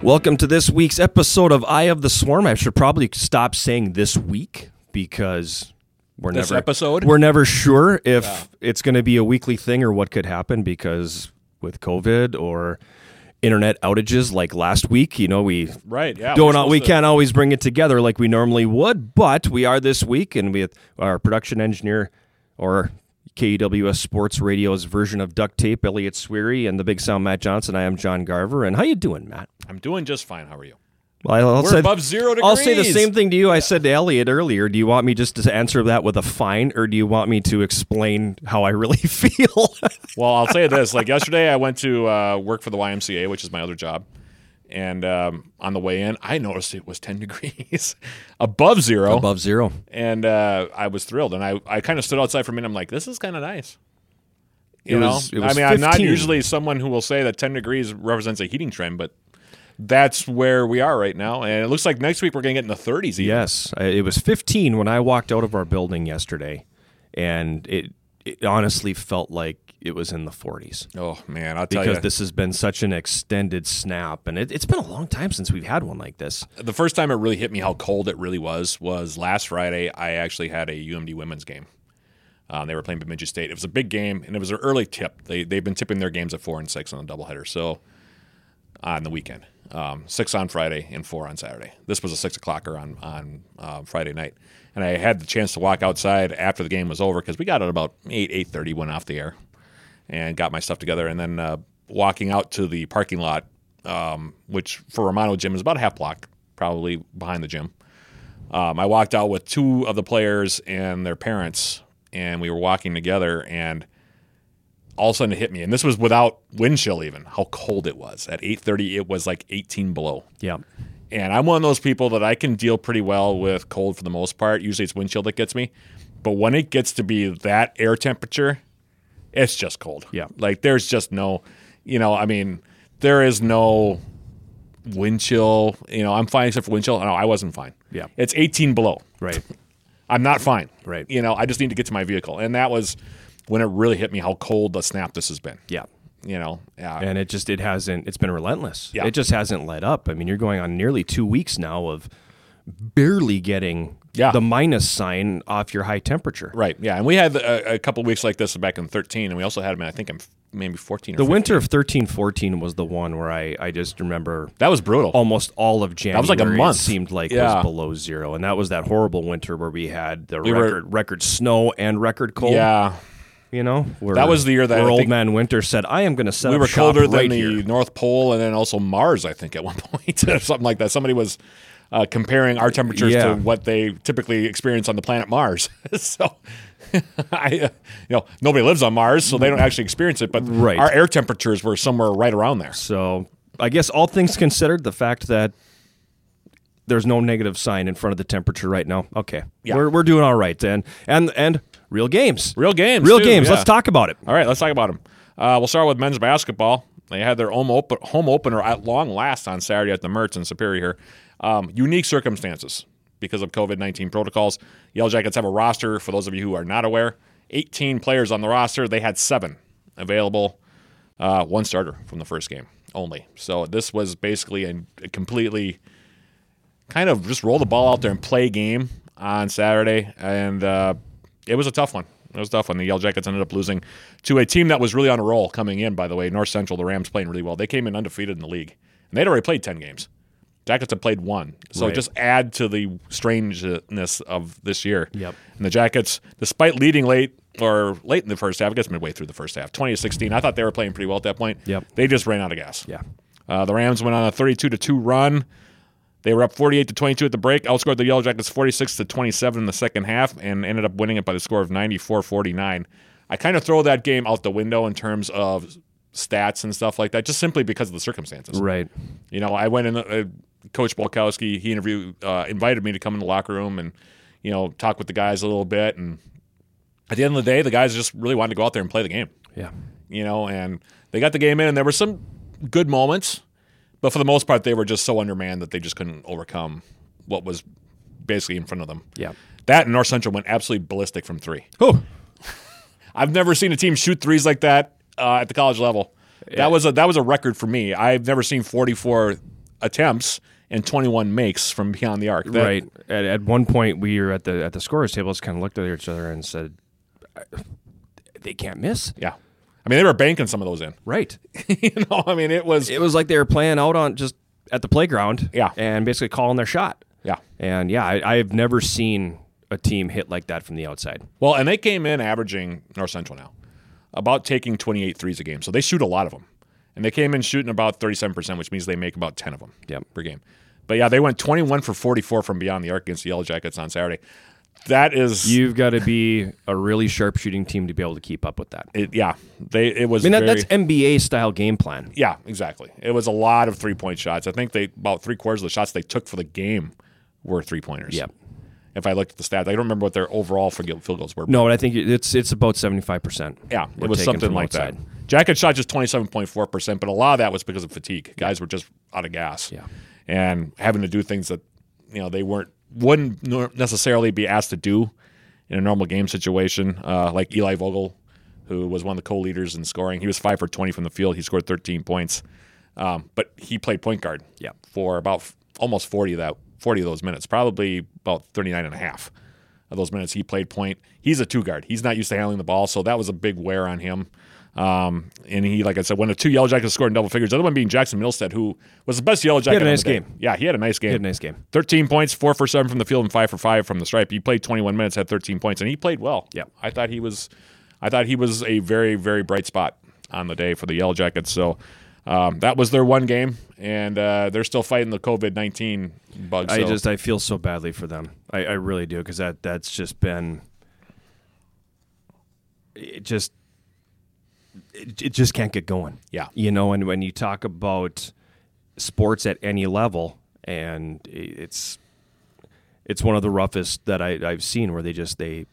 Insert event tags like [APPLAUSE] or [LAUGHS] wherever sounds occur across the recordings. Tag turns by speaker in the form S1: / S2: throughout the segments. S1: Welcome to this week's episode of Eye of the Swarm. I should probably stop saying this week because we're
S2: This
S1: never
S2: episode?
S1: We're never sure if it's going to be a weekly thing or what could happen because with COVID or internet outages like last week, you know, we
S2: Right, yeah, we're
S1: don't al- we
S2: supposed to-
S1: can't always bring it together like we normally would, but we are this week and with our production engineer or KEWS Sports Radio's version of duct tape, Elliot Sweary, and the big sound Matt Johnson. I am John Garver, and how you doing, Matt?
S2: I'm doing just fine. How are you?
S1: Well, I'll I'll
S2: We're
S1: say,
S2: above zero
S1: I'll say the
S2: degrees.
S1: same thing to you I said to Elliot earlier. Do you want me just to answer that with a fine, or do you want me to explain how I really [LAUGHS] feel?
S2: Well, I'll say this: like yesterday, I went to uh, work for the YMCA, which is my other job, and um, on the way in, I noticed it was 10 [LAUGHS] degrees above zero,
S1: Above zero.
S2: and uh, I was thrilled. And I, I kind of stood outside for a minute. I'm like, this is kind of nice. You
S1: It
S2: know,
S1: was- it was
S2: I mean, I'm not
S1: 15.
S2: usually someone who will say that 10 degrees represents a heating trend, but that's where we are right now. And it looks like next week we're going to get in the 30s. Even.
S1: Yes, I- it was 15 when I walked out of our building yesterday, and it it honestly felt like it was in the 40s
S2: Oh man, I'll tell
S1: because
S2: you.
S1: this has been such an extended snap, and it, it's been a long time since we've had one like this.
S2: the first time it really hit me how cold it really was was last Friday. I actually had a UMD women's game. Um, they were playing Bemidji State. It was a big game, and it was an early tip. They they've been tipping their games at four and six on the doubleheader. So uh, on the weekend, um, six on Friday and four on Saturday. This was a six o'clocker on on uh, Friday night, and I had the chance to walk outside after the game was over because we got out about eight eight thirty, went off the air, and got my stuff together, and then uh, walking out to the parking lot, um, which for Romano Gym is about a half block, probably behind the gym. Um, I walked out with two of the players and their parents, and we were walking together, and all of a sudden it hit me. And this was without wind chill, even how cold it was. At 8:30, it was like 18 below.
S1: Yeah,
S2: And I'm one of those people that I can deal pretty well with cold for the most part. Usually it's wind chill that gets me, but when it gets to be that air temperature, it's just cold.
S1: Yeah.
S2: like there's just no, you know, I mean, there is no wind chill. You know, I'm fine except for wind chill. No, I wasn't fine.
S1: Yeah.
S2: it's 18 below.
S1: right.
S2: I'm not fine.
S1: Right.
S2: You know, I just need to get to my vehicle. And that was when it really hit me how cold the snap this has been.
S1: Yeah,
S2: You know, yeah.
S1: and it just it hasn't. It's been relentless.
S2: Yeah.
S1: It just hasn't let up. I mean, you're going on nearly two weeks now of barely getting
S2: Yeah.
S1: the minus sign off your high temperature.
S2: Right. Yeah. And we had a, a couple weeks like this back in 13, and we also had them, I think, I'm maybe 14 or
S1: The
S2: 15.
S1: winter of thirteen fourteen was the one where I, I just remember
S2: That was brutal.
S1: almost all of January.
S2: was like a month.
S1: It seemed like
S2: Yeah.
S1: was below zero, and that was that horrible winter where we had the
S2: were-
S1: record record snow and record cold.
S2: yeah.
S1: you know where-
S2: That was the year that
S1: where
S2: I
S1: old
S2: think-
S1: man winter said, "I am going to set
S2: We
S1: up
S2: were
S1: shop
S2: colder
S1: right
S2: than the
S1: here."
S2: North Pole and then also Mars, I think, at one [LAUGHS] point, or something like that. Somebody was uh, comparing our temperatures
S1: Yeah.
S2: to what they typically experience on the planet Mars. [LAUGHS] so. I, uh, you know, nobody lives on Mars, so they don't actually experience it. But
S1: Mm. Right.
S2: our air temperatures were somewhere right around there.
S1: So I guess all things considered, the fact that there's no negative sign in front of the temperature right now. Okay,
S2: Yeah.
S1: we're we're doing all right, and and and real games,
S2: Real games,
S1: real
S2: too,
S1: games.
S2: yeah.
S1: Let's talk about it.
S2: All right, let's talk about them. Uh, we'll start with men's basketball. They had their home, op- home opener at long last on Saturday at the Mertz in Superior. Um, unique circumstances because of COVID 19 protocols. Yellow Jackets have a roster, for those of you who are not aware, 18 players on the roster. They had seven available, uh, one starter from the first game only. So this was basically a, a completely kind of just roll the ball out there and play game on Saturday, and uh, it was a tough one. It was a tough one. The Yellow Jackets ended up losing to a team that was really on a roll coming in. By the way, North Central, the Rams playing really well. They came in undefeated in the league, and they'd already played ten games. Jackets had played one, so
S1: Right.
S2: just add to the strangeness of this year.
S1: Yep.
S2: And the Jackets, despite leading late or late in the first half, I guess midway through the first half, twenty to sixteen. I thought they were playing pretty well at that point.
S1: Yep.
S2: They just ran out of gas.
S1: Yeah,
S2: Uh, the Rams went on a 32 to 2 run. They were up 48 to 22 at the break, outscored the Yellow Jackets 46 to 27 in the second half, and ended up winning it by the score of 94 49. I kind of throw that game out the window in terms of stats and stuff like that, just simply because of the circumstances.
S1: right.
S2: You know, I went in. Uh, Coach Bolkowski, he interviewed, uh, invited me to come in the locker room and you know talk with the guys a little bit. And at the end of the day, the guys just really wanted to go out there and play the game
S1: Yeah,
S2: you know, and they got the game in, and there were some good moments, but for the most part, they were just so undermanned that they just couldn't overcome what was basically in front of them.
S1: yeah.
S2: That and North Central went absolutely ballistic from three.
S1: Oh,
S2: I've never seen a team shoot threes like that uh, at the college level. That was a that was a record for me. I've never seen 44 attempts and 21 makes from beyond the arc. That-
S1: right. At, at one point, we were at the at the scorers table. Just kind of looked at each other and said, "I- "They can't miss."
S2: Yeah. I mean, they were banking some of those in. [LAUGHS]
S1: Right.
S2: you know, I mean, it was.
S1: It was like they were playing out on just at the playground.
S2: Yeah.
S1: And basically calling their shot.
S2: yeah.
S1: And yeah, I, I've never seen a team hit like that from the outside.
S2: Well, and they came in averaging North Central now about taking 28 threes a game. So they shoot a lot of them. And they came in shooting about 37%, which means they make about 10 of them
S1: Yep.
S2: per game. But yeah, they went 21 for 44 from beyond the arc against the Yellow Jackets on Saturday. That is.
S1: You've got to be a really sharp shooting team to be able to keep up with that. I
S2: it, yeah. They, it was.
S1: mean, that,
S2: very,
S1: that's NBA style game plan.
S2: Yeah, exactly. It was a lot of three point shots. I think they about three quarters of the shots they took for the game were three pointers.
S1: Yep.
S2: If I looked at the stats, I don't remember what their overall for field goals were.
S1: No, but I think it's it's about seventy five percent.
S2: Yeah, it was something like that. Jacket shot just 27.4%, but a lot of that was because of fatigue. Guys were just out of gas.
S1: Yeah.
S2: And having to do things that, you know, they weren't wouldn't nor- necessarily be asked to do in a normal game situation, uh, like Eli Vogel, who was one of the co-leaders in scoring. He was 5 for 20 from the field. He scored 13 points. Um, but he played point guard
S1: Yeah.
S2: for about f- almost 40 of that 40 of those minutes, probably about 39 and a half of those minutes he played point. He's a two guard. He's not used to handling the ball, so that was a big wear on him. Um, and he, like I said, one of two Yellow Jackets scored in double figures. The other one being Jackson Milstead, who was the best Yellow Jacket.
S1: had a
S2: on
S1: nice
S2: the day.
S1: game.
S2: Yeah, he had a nice game.
S1: Had a nice game.
S2: 13 points, four for seven from the field, and five for five from the stripe. He played 21 minutes, had 13 points, and he played well.
S1: Yeah.
S2: I thought he was, I thought he was a very very bright spot on the day for the Yellow Jackets. So. Um, that was their one game, and uh, they're still fighting the COVID nineteen bug. So.
S1: I just I feel so badly for them. I, I really do because that that's just been it just it, it just can't get going.
S2: Yeah.
S1: you know, and when you talk about sports at any level, and i- it's it's one of the roughest that I, I've seen where they just they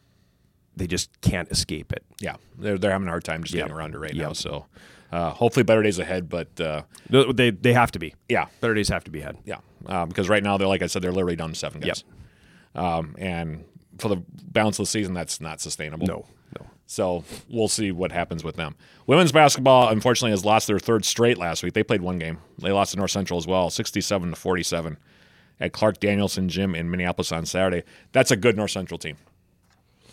S1: they just can't escape it.
S2: yeah, they're they're having a hard time just getting
S1: Yep.
S2: around it right
S1: Yep.
S2: now. So uh, hopefully better days ahead. But uh,
S1: No, They they have to be
S2: yeah,
S1: better days have to be had.
S2: yeah, because right now they're like I said, they're literally down to seven guys, um, and for the balance of the season, that's not sustainable.
S1: No, no.
S2: So we'll see what happens with them. Women's basketball, unfortunately, has lost their third straight last week. They played one game. They lost to North Central as well, 67 to 47 at Clark Danielson Gym in Minneapolis on Saturday. That's a good North Central team.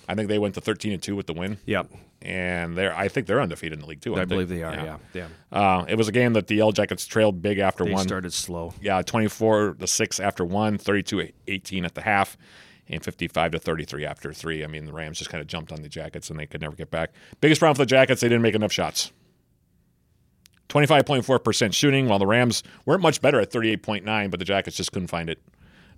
S2: I think they went to 13 and 2 with the win.
S1: Yeah,
S2: And they're I think they're undefeated in the league too.
S1: I
S2: aren't
S1: believe they are. Yeah, yeah.
S2: Uh, it was a game that the Yellow Jackets trailed big after
S1: They
S2: one.
S1: started slow.
S2: Yeah, 24 to 6 after 1, 32 18 at the half, and 55 to 33 after 3. I mean, the Rams just kind of jumped on the Jackets and they could never get back. Biggest problem for the Jackets, they didn't make enough shots. 25.4% shooting, while the Rams weren't much better at 38.9, but the Jackets just couldn't find it.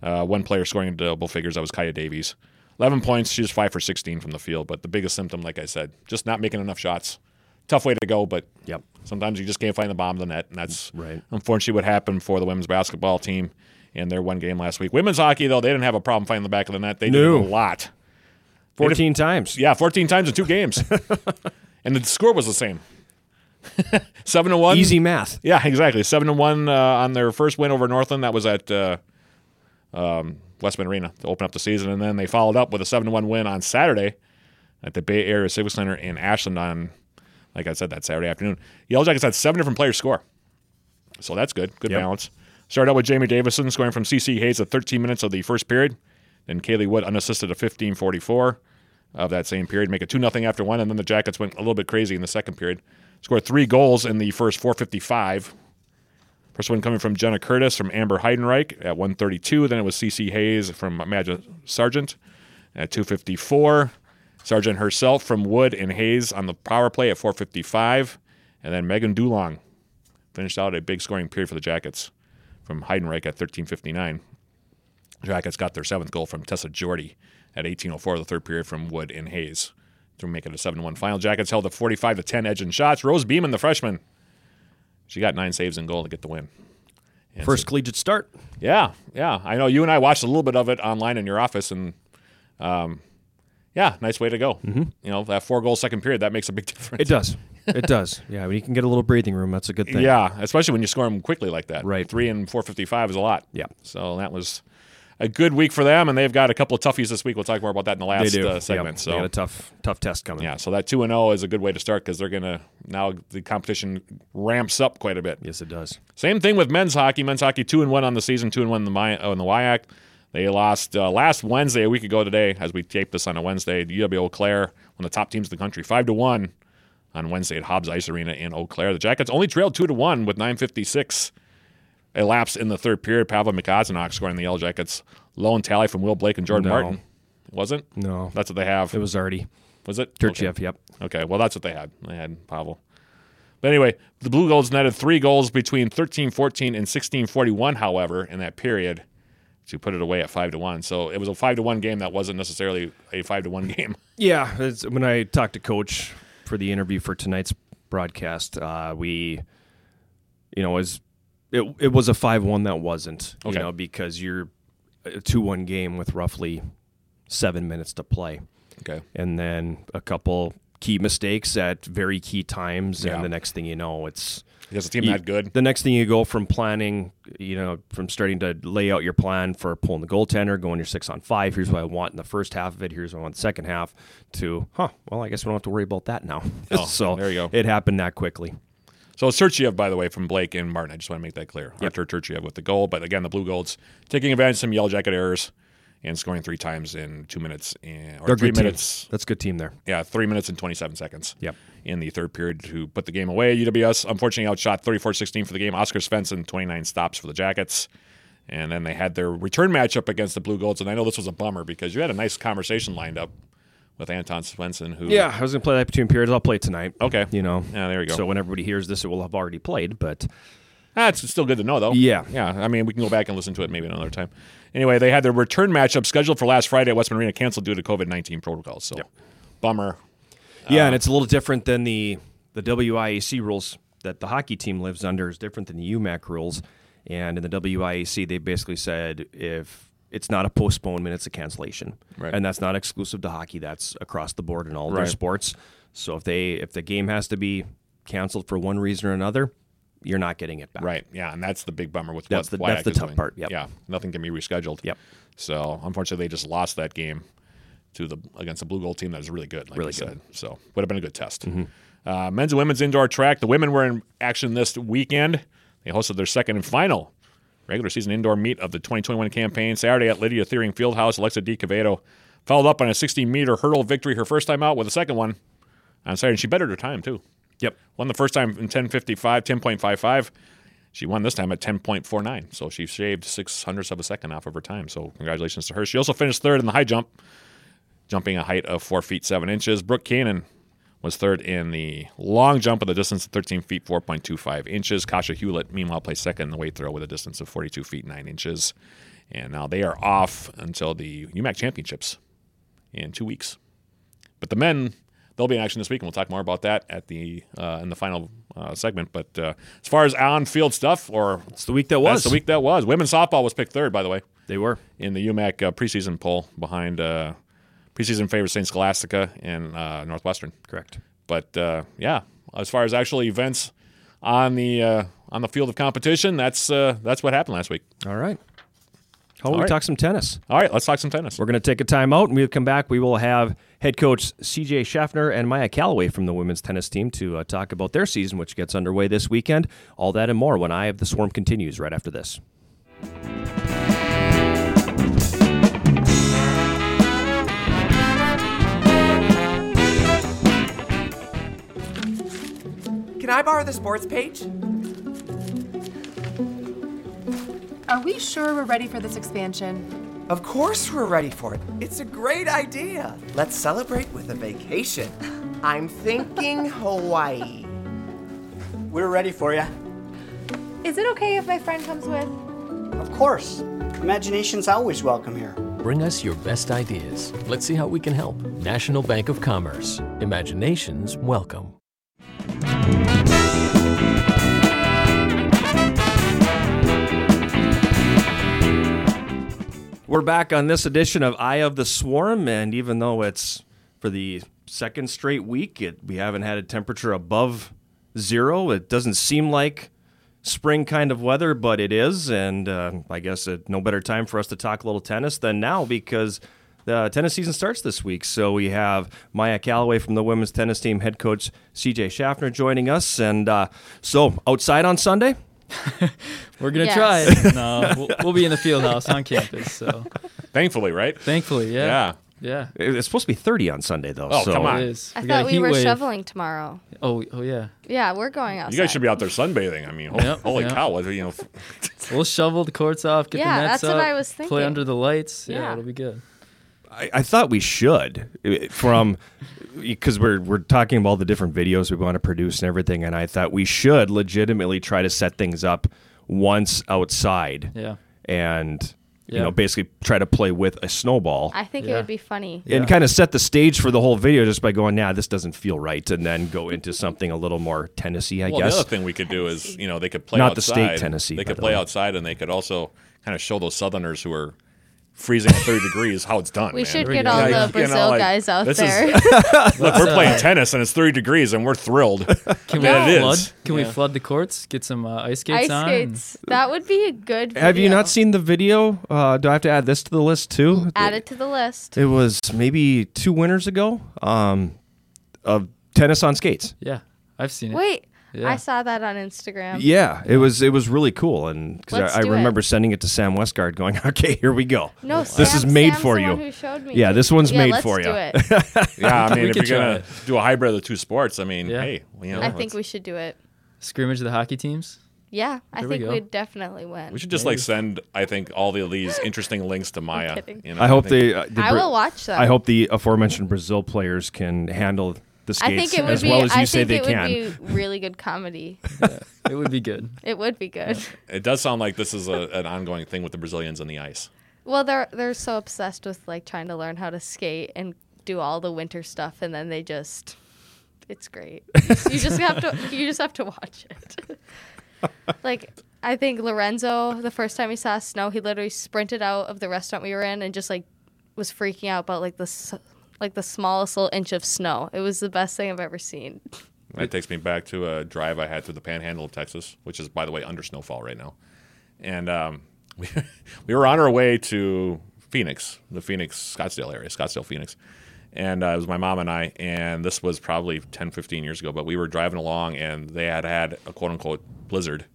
S2: Uh, one player scoring in double figures, that was Kaya Davies. 11 points, she was 5 for 16 from the field, but the biggest symptom, like I said, just not making enough shots. Tough way to go, but
S1: Yep.
S2: Sometimes you just can't find the bottom of the net, and that's
S1: Right.
S2: unfortunately what happened for the women's basketball team in their one game last week. Women's hockey, though, they didn't have a problem finding the back of the net. They
S1: No.
S2: did a lot.
S1: Fourteen times.
S2: Yeah, 14 times in
S1: [LAUGHS]
S2: two games. and the score was the same [LAUGHS] 7 to 1.
S1: Easy math.
S2: Yeah, exactly. 7 to 1 uh, on their first win over Northland. That was at uh, um, Westman Arena to open up the season. And then they followed up with a 7 to 1 win on Saturday at the Bay Area Civic Center in Ashland on, like I said, that Saturday afternoon. Yellow Jackets had seven different players score. So that's good. Good
S1: Yep.
S2: balance. Started out with Jamie Davison scoring from CC Hayes at 13 minutes of the first period. Then Kaylee Wood unassisted at 15:44 of that same period, make it two nothing after one, and then the Jackets went a little bit crazy in the second period. Scored three goals in the first 4:55. First one coming from Jenna Curtis from Amber Heidenreich at 1:32. Then it was CC Hayes from Magic Sargent at 2:54. Sargent herself from Wood and Hayes on the power play at 4:55, and then Megan Dulong finished out a big scoring period for the Jackets from Heidenreich at 13:59. Jackets got their seventh goal from Tessa Jordy at 18:04 of the third period from Wood and Hayes to make it a 7-1 final. Jackets held a 45 to 10 edge in shots. Rose Beeman, the freshman, she got nine saves and goal to get the win. And
S1: First collegiate start.
S2: yeah, yeah. I know you and I watched a little bit of it online in your office, and um, yeah, nice way to go. Mm-hmm. You know that four goal second period that makes a big [LAUGHS] difference.
S1: It does.
S2: [LAUGHS]
S1: It does. Yeah, when you can get a little breathing room, that's a good thing.
S2: yeah, especially when you score them quickly like that.
S1: Right.
S2: three and four fifty five is a lot.
S1: Yeah.
S2: So that was. a good week for them, and they've got a couple of toughies this week. We'll talk more about that in the
S1: They
S2: last
S1: do
S2: uh, segment.
S1: Yep.
S2: So
S1: they got a tough, tough test coming.
S2: yeah, so that two and zero is a good way to start because they're gonna now the competition ramps up quite a bit.
S1: Yes, it does.
S2: Same thing with men's hockey. Men's hockey two and one on the season, two and one in the Mi- on the WIAC. They lost uh, last Wednesday, a week ago today, as we taped this on a Wednesday. The UW Eau Claire, one of the top teams in the country, five to one on Wednesday at Hobbs Ice Arena in Eau Claire. The Jackets only trailed two to one with nine fifty six elapsed in the third period. Pavel Mikazanok scoring the Yellow Jackets. Low and tally from Will Blake and
S1: No.
S2: Jordan Martin. It wasn't.
S1: No,
S2: That's what they have.
S1: it was already
S2: Was it?
S1: Turchiev. Yep.
S2: Okay, well, that's what they had. They had Pavel. But anyway, the Blue Golds netted three goals between 13 14 and 16 41, however, in that period to put it away at 5 to 1. So it was a 5 to 1 game that wasn't necessarily a 5 to 1 [LAUGHS] game.
S1: Yeah, it's, when I talked to Coach for the interview for tonight's broadcast, uh, we, you know, was it, it was a five-one that wasn't,
S2: Okay.
S1: you know, because you're a two-one game with roughly seven minutes to play,
S2: Okay.
S1: and then a couple key mistakes at very key times,
S2: Yeah.
S1: and the next thing you know, it's
S2: Because the team
S1: you-
S2: that good.
S1: The next thing you go from planning, you know, from starting to lay out your plan for pulling the goaltender, going your six on five. Here's what I want in the first half of it. Here's what I want in the second half. To huh, well, I guess we don't have to worry about that now. [LAUGHS]
S2: Oh,
S1: so
S2: there you go.
S1: It happened that quickly.
S2: So Sergeyev, by the way, from Blake and Martin. I just want to make that clear.
S1: Yep.
S2: Artur Sergeyev with the goal. But again, the Blue Golds taking advantage of some Yellow Jacket errors and scoring three times in two minutes and, or
S1: They're a
S2: three
S1: good team.
S2: minutes.
S1: That's a good team there.
S2: yeah, three minutes and 27 seconds.
S1: Yep.
S2: In the third period to put the game away. UWS unfortunately outshot 34 16 for the game. Oscar Svensson, 29 stops for the Jackets. And then they had their return matchup against the Blue Golds. And I know this was a bummer because you had a nice conversation lined up with Anton Svensson, who.
S1: Yeah, I was gonna play that between periods. I'll play it tonight.
S2: Okay.
S1: You know.
S2: Yeah, there you go.
S1: So when everybody hears this, it will have already played. But
S2: Ah, it's still good to know, though.
S1: Yeah.
S2: Yeah. I mean, we can go back and listen to it maybe another time. Anyway, they had their return matchup scheduled for last Friday at Westman Arena canceled due to COVID 19 protocols. So, bummer.
S1: yeah,
S2: Uh,
S1: and it's a little different than the the WIAC rules that the hockey team lives under is different than the UMAC rules. And in the WIAC, they basically said if it's not a postponement, it's a cancellation,
S2: Right.
S1: and that's not exclusive to hockey. That's across the board in all their
S2: Right.
S1: sports. So if they if the game has to be canceled for one reason or another, you're not getting it back.
S2: Right. Yeah, and that's the big bummer with
S1: That's
S2: what
S1: the-
S2: Wyack
S1: that's the
S2: is
S1: tough
S2: doing.
S1: part, yep.
S2: Yeah, nothing can be rescheduled.
S1: Yep.
S2: So unfortunately, they just lost that game to the against a blue gold team that is really good. Like
S1: Really Mm-hmm.
S2: you said. So would have been a good test. Uh, men's and women's indoor track. The women were in action this weekend. They hosted their second and final regular season indoor meet of the 2021 campaign Saturday at Lydia Thiering Fieldhouse. Alexa D. Cavedo followed up on a 60 meter hurdle victory, her first time out with a second one on Saturday. And she bettered her time too.
S1: Yep.
S2: Won the first time in 10.55, 10.55. She won this time at 10.49. So she shaved six hundredths of a second off of her time. So congratulations to her. She also finished third in the high jump, jumping a height of four feet seven inches. Brooke Cannon was third in the long jump with a distance of 13 feet 4.25 inches. Kasha Hewlett, meanwhile, placed second in the weight throw with a distance of 42 feet 9 inches. And now they are off until the UMAC Championships in two weeks. But the men, they'll be in action this week, and we'll talk more about that at the uh, in the final uh, segment. But uh, as far as on-field stuff, or
S1: It's the week that was.
S2: that's the week that was. Women's softball was picked third, by the way,
S1: they were.
S2: in the UMAC uh, preseason poll behind uh, preseason favorite Saint Scholastica and uh, Northwestern.
S1: Correct.
S2: But uh, yeah, as far as actual events on the uh, on the field of competition, that's uh, that's what happened last week.
S1: All right. How about we
S2: right.
S1: talk some tennis?
S2: All right, let's talk some tennis.
S1: We're going to take a timeout, and we'll come back. We will have head coach CJ Schaffner and Maya Calloway from the women's tennis team to uh, talk about their season, which gets underway this weekend. All that and more when I of the Swarm continues right after this.
S3: Can I borrow the sports page?
S4: Are we sure we're ready for this expansion?
S3: Of course we're ready for it. It's a great idea. Let's celebrate with a vacation. [LAUGHS] I'm thinking Hawaii.
S5: We're ready for you.
S4: Is it okay if my friend comes with?
S5: Of course. Imagination's always welcome here.
S6: Bring us your best ideas. Let's see how we can help. National Bank of Commerce. Imaginations welcome.
S1: We're back on this edition of Eye of the Swarm, and even though it's for the second straight week, it, we haven't had a temperature above zero. It doesn't seem like spring kind of weather, but it is, and uh, I guess it, no better time for us to talk a little tennis than now because the tennis season starts this week. So we have Maya Calloway from the women's tennis team, head coach C.J. Schaffner joining us, and uh, so outside on Sunday.
S7: We're gonna
S8: Yes.
S7: try it. [LAUGHS] No, we'll, we'll be in the field house on campus. So
S2: Thankfully, right?
S7: thankfully, yeah, yeah,
S1: It's supposed to be 30 on Sunday, though.
S2: Oh,
S1: so
S2: come on.
S7: it is. got
S8: I
S7: a
S8: thought we
S7: heat
S8: were
S7: wave.
S8: shoveling tomorrow.
S7: Oh, oh yeah.
S8: Yeah, we're going outside.
S2: You guys should be out there sunbathing. I mean, holy,
S7: Yep,
S2: holy
S7: yep.
S2: cow! What, you know,
S7: We'll shovel the courts off, get
S8: Yeah,
S7: the nets
S8: that's what
S7: up,
S8: I was
S7: Play
S8: thinking.
S7: under the lights. Yeah,
S8: Yeah.
S7: it'll be good.
S1: I, I thought we should eh, from because we're we're talking about all the different videos we want to produce and everything, and I thought we should legitimately try to set things up once outside,
S7: Yeah.
S1: and you
S7: Yeah.
S1: know basically try to play with a snowball.
S8: I think it
S7: Yeah.
S8: would be funny.
S1: and kind of set the stage for the whole video just by going, nah, this doesn't feel right, and then go into something a little more Tennessee, I
S2: well,
S1: guess.
S2: the other thing we could do is, you know, they could play
S1: Not the
S2: outside.
S1: state Tennessee,
S2: They
S1: by
S2: could
S1: the
S2: play
S1: way.
S2: outside, and they could also kind of show those Southerners who are freezing at 30 degrees how it's done.
S8: We
S2: man.
S8: should
S7: we
S8: get
S7: go.
S8: all
S7: Yeah,
S8: the
S7: you know, uh,
S8: Brazil
S2: like,
S8: guys out
S2: this is- [LAUGHS]
S8: there.
S2: Look, we're playing tennis and it's 30 degrees and we're thrilled.
S7: [LAUGHS] Can
S2: That
S7: we
S2: it
S7: flood?
S2: is.
S7: Can we flood the courts? Get some uh, ice skates
S8: Ice
S7: on.
S8: skates. That would be a good. Video.
S1: have you not seen the video? Uh, do I have to add this to the list too?
S8: Add it to the list.
S1: It was maybe two winters ago um, of tennis on skates.
S7: Yeah, I've seen it.
S8: Wait,
S7: Yeah.
S8: I saw that on Instagram.
S1: Yeah, it was it was really cool, and because
S8: Let's
S1: I, I
S8: do it.
S1: remember sending it to Sam Westgard, going, [LAUGHS] "Okay, here we go.
S8: No,
S1: this is
S8: Sam-
S1: made
S8: Sam's
S1: for
S8: the
S1: you.
S8: one who showed me.
S1: Yeah, this one's
S8: Yeah,
S1: made
S8: let's
S1: for
S8: do
S1: you. [LAUGHS]
S8: it.
S2: yeah, I mean,
S7: [LAUGHS] We
S2: if
S7: could
S2: you're
S7: try
S2: gonna
S7: it.
S2: do a hybrid of the two sports, I mean,
S7: Yeah.
S2: hey, you know,
S8: I think
S2: let's-
S8: we should do it.
S7: Scrimmage the hockey teams.
S8: Yeah, I
S7: There we
S8: think
S7: go.
S8: we'd definitely win.
S2: we should just like send. I think all the these interesting links
S8: [LAUGHS]
S2: to Maya.
S8: kidding.
S2: you know,
S1: I hope
S2: think-
S1: they. Uh, the
S8: I
S1: Bra-
S8: will watch that.
S1: I hope the aforementioned Brazil players can handle the
S8: I
S1: skates
S8: think it would
S1: as
S8: be.
S1: well as you
S8: I
S1: say
S8: think
S1: they
S8: it
S1: can.
S8: would be really good comedy.
S7: It would be [LAUGHS] good.
S8: It would be good.
S1: [LAUGHS]
S2: It does sound like this is a, an ongoing thing with the Brazilians on the ice.
S8: Well, they're they're so obsessed with like trying to learn how to skate and do all the winter stuff, and then they just. It's great. You just
S2: [LAUGHS]
S8: have to. You just have to watch it. Like I think Lorenzo, the first time he saw snow, he literally sprinted out of the restaurant we were in and just like was freaking out about like the s- like the smallest little inch of snow. It was the best thing I've ever seen.
S2: That takes me back to a drive I had through the Panhandle of Texas, which is, by the way, under snowfall right now. And um, [LAUGHS] we, we were on our way to Phoenix, the Phoenix, Scottsdale area, Scottsdale, Phoenix. And uh, it was my mom and I, and this was probably 10, 15 years ago, but we were driving along and they had had a quote unquote blizzard,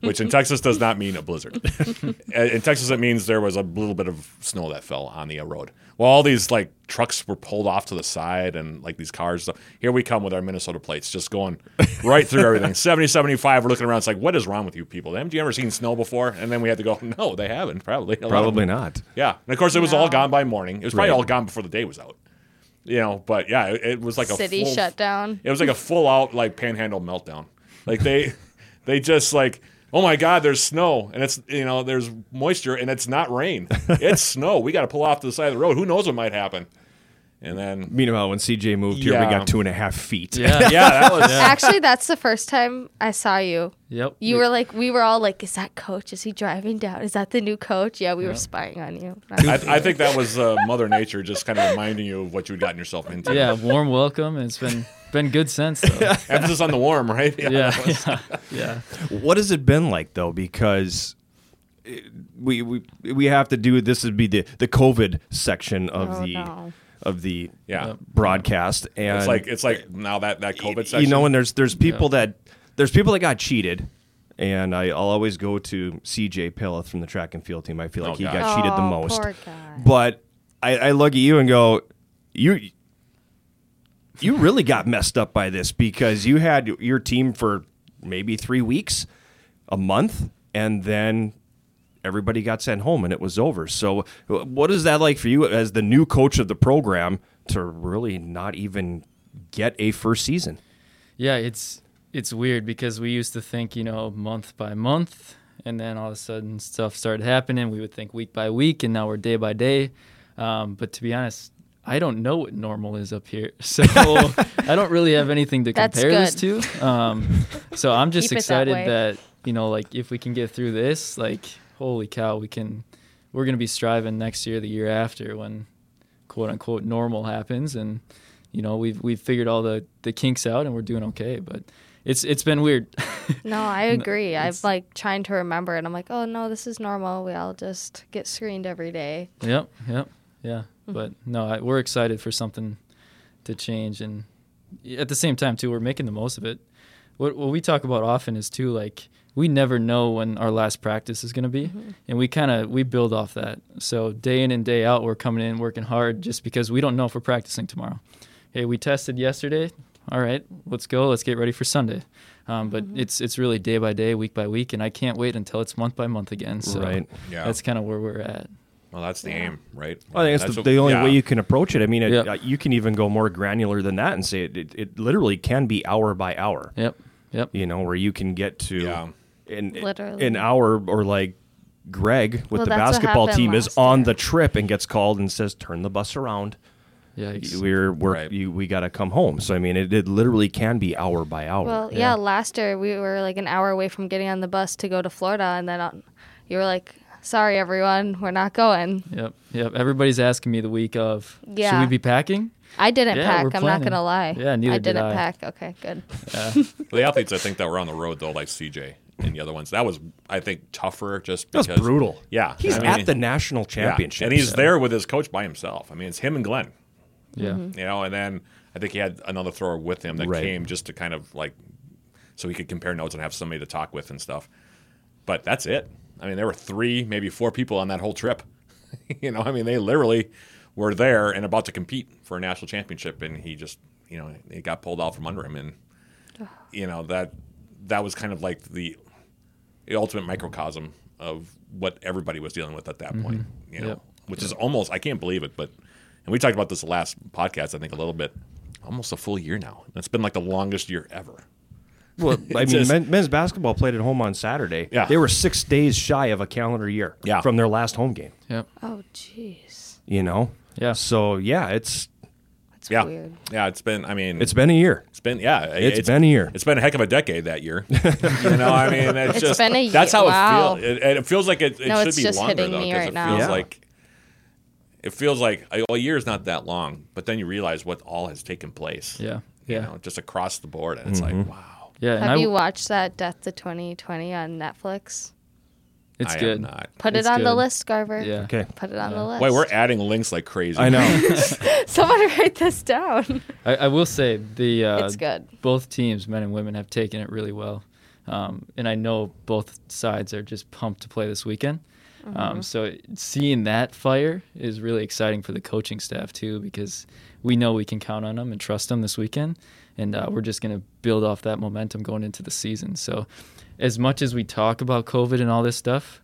S2: which in Texas does not mean a
S8: [LAUGHS]
S2: blizzard. in in Texas, it means there was a little bit of snow that fell on the uh, road. Well, all these like trucks were pulled off to the side and like these cars. Here we come with our Minnesota plates, just going right through
S8: [LAUGHS]
S2: everything. 70, 75, we're looking around. It's like, what is wrong with you people? Haven't you ever seen snow before? And then we had to go, no, they haven't, probably. [LAUGHS] A lot of
S1: Probably
S2: them-
S1: not.
S2: Yeah. And of course, it was all
S8: No.
S2: gone by morning. It was probably
S1: Right.
S2: all gone before the day was out. You know, but yeah, it, it was like a
S8: City
S2: full-
S8: shutdown.
S2: it was like a full out like panhandle meltdown. Like they [LAUGHS] they just like oh my god, there's snow and it's you know there's moisture and it's not
S1: [LAUGHS]
S2: rain. It's snow. We got to pull off to the side of the road. Who knows what might happen? And then
S1: Meanwhile, when CJ moved here, we
S2: Yeah.
S1: got two and a half feet.
S7: Yeah.
S2: yeah, that was
S8: Actually, that's the first time I saw you.
S7: Yep.
S8: You
S7: We-
S8: were like, we were all like, is that coach? Is he driving down? Is that the new coach? Yeah, we were spying on you.
S2: I, I think that was uh, Mother Nature just kind of reminding you of what you'd gotten yourself into.
S7: Yeah. Warm welcome. And it's been been good since [LAUGHS] though.
S2: Emphasis on the
S1: [LAUGHS]
S2: warm, right? Yeah.
S7: Yeah. Yeah. [LAUGHS] yeah.
S1: [LAUGHS] What has it been like though? Because it- we we we have to do this would be the the COVID section of
S8: Oh,
S1: the
S8: no.
S1: of the
S2: Yeah.
S1: broadcast, and
S2: It's like it's like now that that COVID section.
S1: you know, and there's there's people that there's people that got cheated, and I, I'll always go to C.J. Pilleth from the track and field team. I feel like
S2: Oh,
S1: he
S2: God.
S1: got cheated the
S8: Oh,
S1: most. [LAUGHS]
S8: poor guy.
S1: But I, I look at you and go, you you really got messed up by this because you had your team for maybe three weeks, a month, and then everybody got sent home and it was over. So, wh- what is that like for you as the new coach of the program to really not even get a first season?
S7: Yeah, it's it's weird because we used to think, you know, month by month, and then all of a sudden stuff started happening. We would think week by week, and now we're day by day. Um, but to be honest, I don't know what normal is up here, [LAUGHS] so I don't really have anything to
S8: That's
S7: compare this to. Um, so I'm just
S8: Keep it that
S7: excited
S8: way.
S7: that you know, like if we can get through this, like holy cow, we can. We're gonna be striving next year, the year after, when quote unquote normal happens and you know we've we've figured all the the kinks out and we're doing okay but it's it's been weird [LAUGHS]
S8: No, I agree. I'm like trying to remember, and I'm like, oh no, this is normal. We all just get screened every day.
S7: Yep, yep, yeah. But no, I, we're excited for something to change, and at the same time too, we're making the most of it. What what we talk about often is too like we never know when our last practice is going to be, and we kind of we build off that. So day in and day out, we're coming in working hard just because we don't know if we're practicing tomorrow. Hey, we tested yesterday. All right, let's go. Let's get ready for Sunday. Um, but it's it's really day by day, week by week, and I can't wait until it's month by month again. So
S1: Right.
S2: Yeah.
S7: that's kind of where we're at.
S2: Well, that's the aim,
S1: I
S2: right?
S1: think that's
S2: That's
S1: the,
S2: what-
S1: the only
S2: yeah.
S1: way you can approach it. I mean, it,
S7: Yeah.
S1: uh, you can even go more granular than that and say it, it, it literally can be hour by hour.
S7: Yep. Yep.
S1: You know, where you can get to
S2: Yeah.
S1: an,
S8: Literally.
S1: an hour or like Greg with
S8: Well,
S1: the
S8: that's what
S1: basketball
S8: happened
S1: team is
S8: last
S1: on
S8: year.
S1: the trip and gets called and says, "Turn the bus around.
S7: Yikes.
S1: We're we're
S2: Right.
S1: you, we got to come home." So I mean, it, it literally can be hour by hour.
S8: Well, yeah. Last year we were like an hour away from getting on the bus to go to Florida, and then on, you were like, sorry everyone, we're not going.
S7: Yep. Yep. Everybody's asking me the week of. Should
S8: Yeah.
S7: we be packing?
S8: I didn't
S7: Yeah,
S8: pack.
S7: we're
S8: I'm not
S7: planning.
S8: gonna lie.
S7: Yeah, neither
S8: I
S7: did
S8: didn't
S7: I.
S8: pack. Okay, good.
S2: the athletes I think that were on the road though, like CJ and the other ones, that was I think tougher just
S1: That's
S2: because
S1: brutal.
S2: Yeah,
S1: He's
S2: I mean,
S1: at the national
S2: yeah,
S1: championship,
S2: and he's there with his coach by himself. I mean, it's him and Glenn,
S7: Yeah.
S8: Mm-hmm.
S2: you know, and then I think he had another thrower with him that
S1: Right.
S2: came just to kind of like so he could compare notes and have somebody to talk with and stuff. But that's it. I mean, there were three, maybe four people on that whole trip. [LAUGHS] you know, I mean, they literally were there and about to compete for a national championship, and he just, you know, it got pulled out from under him, and you know that that was kind of like the the ultimate microcosm of what everybody was dealing with at that point. You know,
S7: Mm-hmm. Yep.
S2: which is almost I can't believe it, but and we talked about this last podcast, I think a little bit, almost a full year now. It's been like the longest year ever. [LAUGHS]
S1: Well, I mean,
S2: Just-
S1: men, men's basketball played at home on Saturday.
S2: Yeah.
S1: They were six days shy of a calendar year
S2: Yeah.
S1: from their last home game,
S7: Yep.
S8: Oh, jeez,
S1: you know?
S7: Yeah.
S1: So, yeah, it's
S8: that's
S2: Yeah,
S8: weird.
S2: yeah, it's been. I mean,
S1: it's been a year.
S2: It's been yeah.
S1: It's been a year.
S2: It's been a heck of a decade that year. you know, I mean, it's,
S8: [LAUGHS] It's
S2: just
S8: been a
S2: that's
S8: ye-
S2: how
S8: wow.
S2: it feels. It, and it feels like it, it
S8: No,
S2: should
S8: it's
S2: be
S8: just
S2: longer
S8: hitting
S2: though,
S8: me
S2: 'cause
S8: right
S2: it
S8: now.
S2: feels
S1: Yeah.
S2: like it feels like a well, a year's not that long, but then you realize what all has taken place.
S7: Yeah.
S2: you
S7: Yeah.
S2: know, just across the board, and it's
S1: Mm-hmm.
S2: like wow,
S7: Yeah. And
S8: Have
S7: I,
S8: you watched that Death to 2020 on Netflix?
S7: it's
S2: I
S7: good.
S2: am not.
S8: Put
S7: It's
S8: it on the
S7: good.
S8: list, Garver.
S7: Yeah.
S1: Okay.
S8: Put it on the list.
S2: Wait, we're adding links like crazy.
S1: I [LAUGHS] know.
S8: [LAUGHS] Someone write this
S7: [LAUGHS]
S8: down.
S7: I, I will say the uh,
S8: It's good.
S7: Both teams, men and women, have taken it really well, um, and I know both sides are just pumped to play this weekend.
S8: Mm-hmm.
S7: Um, so seeing that fire is really exciting for the coaching staff too, because we know we can count on them and trust them this weekend, and uh, we're just going to build off that momentum going into the season. So, as much as we talk about COVID and all this stuff,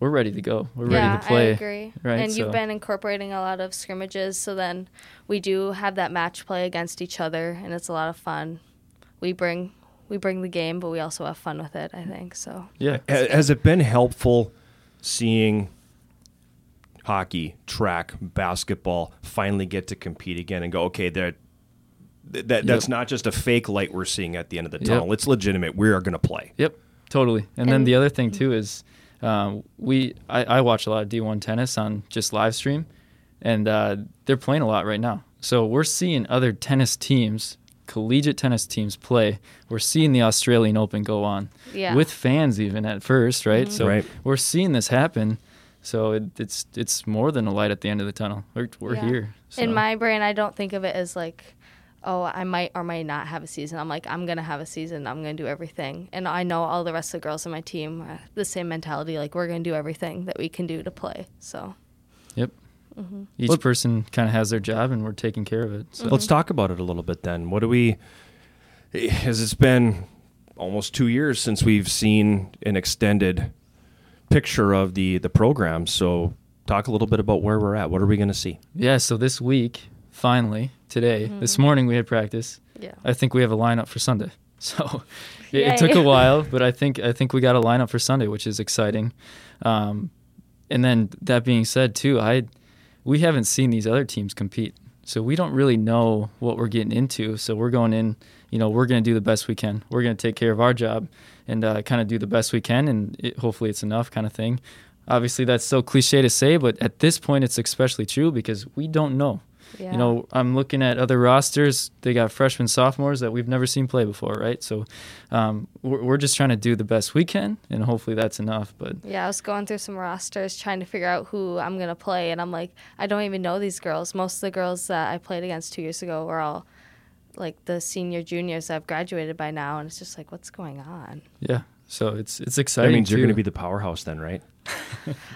S7: we're ready to go. We're
S8: yeah,
S7: ready to play.
S8: I agree.
S7: Right,
S8: and
S7: so-
S8: you've been incorporating a lot of scrimmages, so then we do have that match play against each other, and it's a lot of fun. We bring we bring the game, but we also have fun with it. I think so.
S7: Yeah.
S1: Ha- Has it been helpful seeing hockey, track, basketball finally get to compete again and go, okay, that, that that's not just a fake light we're seeing at the end of the
S7: Yep.
S1: tunnel. It's legitimate. We are going to play.
S7: Yep, totally. And, then
S8: And- mm-hmm.
S7: the other thing too is um, we I, I watch a lot of D1 tennis on just live stream, and uh, they're playing a lot right now. So we're seeing other tennis teams, collegiate tennis teams play. We're seeing the Australian Open go on
S8: Yeah. Mm-hmm.
S7: with fans even at first, right? So
S1: Right.
S7: we're seeing this happen. So it, it's it's more than a light at the end of the tunnel. We're, we're
S8: Yeah.
S7: here. So.
S8: In my brain, I don't think of it as like, oh, I might or might not have a season. I'm like, I'm gonna have a season. I'm gonna do everything, and I know all the rest of the girls on my team are the same mentality. Like we're gonna do everything that we can do to play. So
S7: yep.
S8: Mm-hmm.
S7: Each person kind of has their job, and we're taking care of it. So
S1: Let's talk about it a little bit then. What do we, as it's been almost two years since we've seen an extended picture of the, the program. So talk a little bit about where we're at. What are we going to see?
S7: Yeah, so this week, finally, today, this morning we had practice.
S8: Mm-hmm. Yeah.
S7: I think we have a lineup for Sunday. [LAUGHS] So it, it
S8: Yay.
S7: took a while, but I think I think we got a lineup for Sunday, which is exciting. Um, and then that being said, too, I we haven't seen these other teams compete, so we don't really know what we're getting into. So we're going in, you know, we're going to do the best we can. We're going to take care of our job and uh, kind of do the best we can, and it, hopefully it's enough, kind of thing. Obviously, that's so cliche to say, but at this point, it's especially true because we don't know.
S8: Yeah.
S7: you know, I'm looking at other rosters. They got freshmen, sophomores that we've never seen play before, right? So um, we're, we're just trying to do the best we can, and hopefully that's enough. But
S8: Yeah, I was going through some rosters trying to figure out who I'm going to play, and I'm like, I don't even know these girls. Most of the girls that I played against two years ago were all like the senior juniors that have graduated by now, and it's just like, what's going on?
S7: yeah, so it's it's
S1: That
S7: exciting.
S1: means you're
S7: too.
S1: going to be the powerhouse then, right?